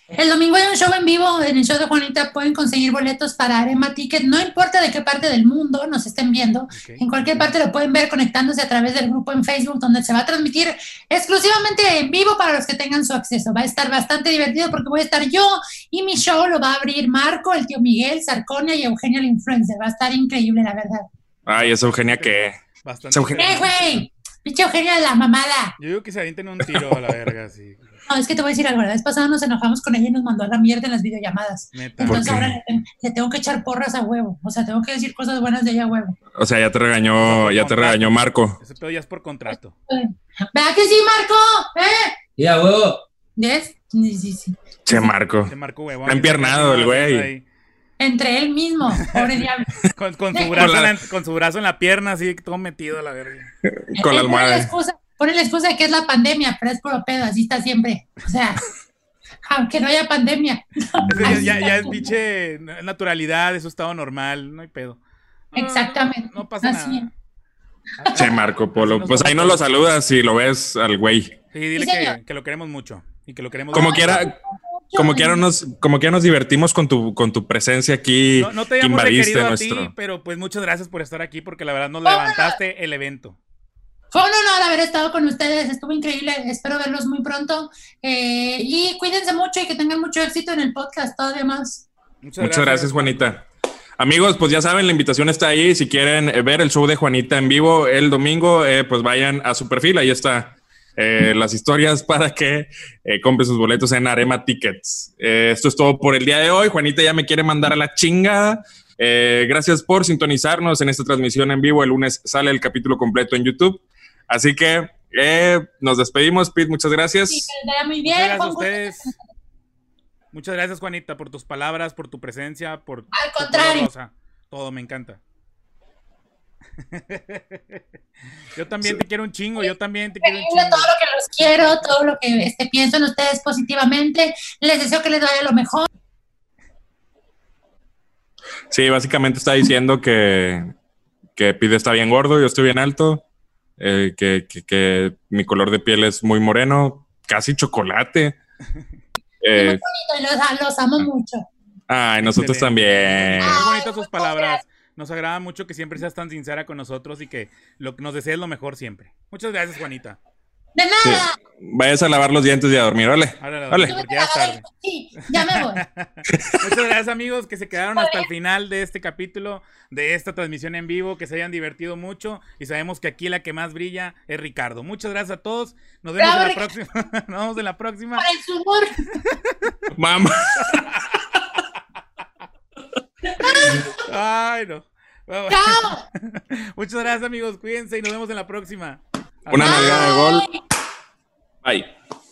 El domingo hay un show en vivo en el show de Juanita. Pueden conseguir boletos para Arema Ticket. No importa de qué parte del mundo nos estén viendo. En cualquier parte lo pueden ver conectándose a través del grupo en Facebook, donde se va a transmitir exclusivamente en vivo para los que tengan su acceso. Va a estar bastante divertido porque voy a estar yo y mi show lo va a abrir Marco, el tío Miguel, Sarconia y Eugenio el Influencer. Va a estar increíble, la verdad.
Ay, esa Eugenia que.
Bastante.
Esa Eugenia-
¡Eh, güey! Pinche Eugenio de la mamada.
Yo digo que se avienten un tiro a la verga, sí.
No, es que te voy a decir algo. La vez pasada nos enojamos con ella y nos mandó a la mierda en las videollamadas.
Neta.
¿Por
Entonces
qué?
ahora le, le tengo que echar porras a huevo. O sea, tengo que decir cosas buenas de ella a huevo.
O sea, ya te regañó, ya te regañó Marco.
Ese pedo ya es por contrato.
¿Verdad que sí, Marco? ¿Eh?
Y a huevo.
¿Ves? Sí, sí, sí.
Che, Marco.
Se marcó huevón.
Está empiernado el güey.
Ahí.
Entre él mismo, pobre diablo.
Con, con su
Con
brazo
la-
en la- con su brazo en la pierna, así, todo metido a la verga.
Con la
Él Pone la,
almohada.
excusa, pone la excusa de que es la pandemia, pero es puro pedo, así está siempre. O sea, aunque no haya pandemia.
Ese Ya, ya- ya es pinche naturalidad, es su estado normal, no hay pedo. No, no,
Exactamente.
No, no pasa
Así
nada.
Che, Marco Polo. Pues ahí no lo saludas si lo ves al güey.
Sí, dile
Sí,
que,
señor.
que lo queremos mucho. Y que lo queremos
Como
mucho.
quiera, como quiera nos, como quiera nos divertimos con tu, con tu presencia aquí.
No, no te habíamos
invadiste
requerido
nuestro.
a ti, pero pues muchas gracias por estar aquí porque la verdad nos
Vámonos.
levantaste el evento.
Fue un honor haber estado con ustedes, estuvo increíble, espero verlos muy pronto. Eh, y cuídense mucho y que tengan mucho éxito en el podcast, todavía más.
Muchas gracias, Juanita. Amigos, pues ya saben, la invitación está ahí. Si quieren eh, ver el show de Juanita en vivo el domingo, eh, pues vayan a su perfil. Ahí está eh, las historias para que eh, compren sus boletos en Arema Tickets. Eh, esto es todo por el día de hoy. Juanita ya me quiere mandar a la chingada. Eh, gracias por sintonizarnos en esta transmisión en vivo. El lunes sale el capítulo completo en YouTube. Así que eh, nos despedimos. Pete, muchas gracias.
Sí, que les vaya
Muchas gracias
muy bien.
a
Juan José.
ustedes. Muchas gracias, Juanita, por tus palabras, por tu presencia, por.
Al
tu
contrario.
color rosa. Todo, me encanta. yo también te quiero un chingo, yo también te quiero un
Increíble
chingo.
todo lo que los quiero, todo lo que este, pienso en ustedes positivamente. Les deseo que les vaya lo mejor.
Sí, básicamente está diciendo que, que Pide está bien gordo, yo estoy bien alto, eh, que, que- que mi color de piel es muy moreno, casi chocolate.
Y muy
Eh,
bonito, y los, los amo mucho.
ay, nosotros también.
Muy bonitas sus palabras. Nos agrada mucho que siempre seas tan sincera con nosotros y que lo que nos desees lo mejor siempre. Muchas gracias, Juanita.
De
Sí.
nada.
Vayas a lavar los dientes y a dormir, órale.
Ahora la
Vale.
doy, porque ya es tarde.
Sí, ya me voy.
Muchas gracias amigos que se quedaron hasta el final de este capítulo, de esta transmisión en vivo, que se hayan divertido mucho y sabemos que aquí la que más brilla es Ricardo. Muchas gracias a todos, nos vemos en la
Bravo,
próxima. Nos vemos en la próxima.
Para el sudor.
Mamá.
Ay, no.
Chao.
Muchas gracias amigos, cuídense y nos vemos en la próxima.
Una nalgada de gol. Bye.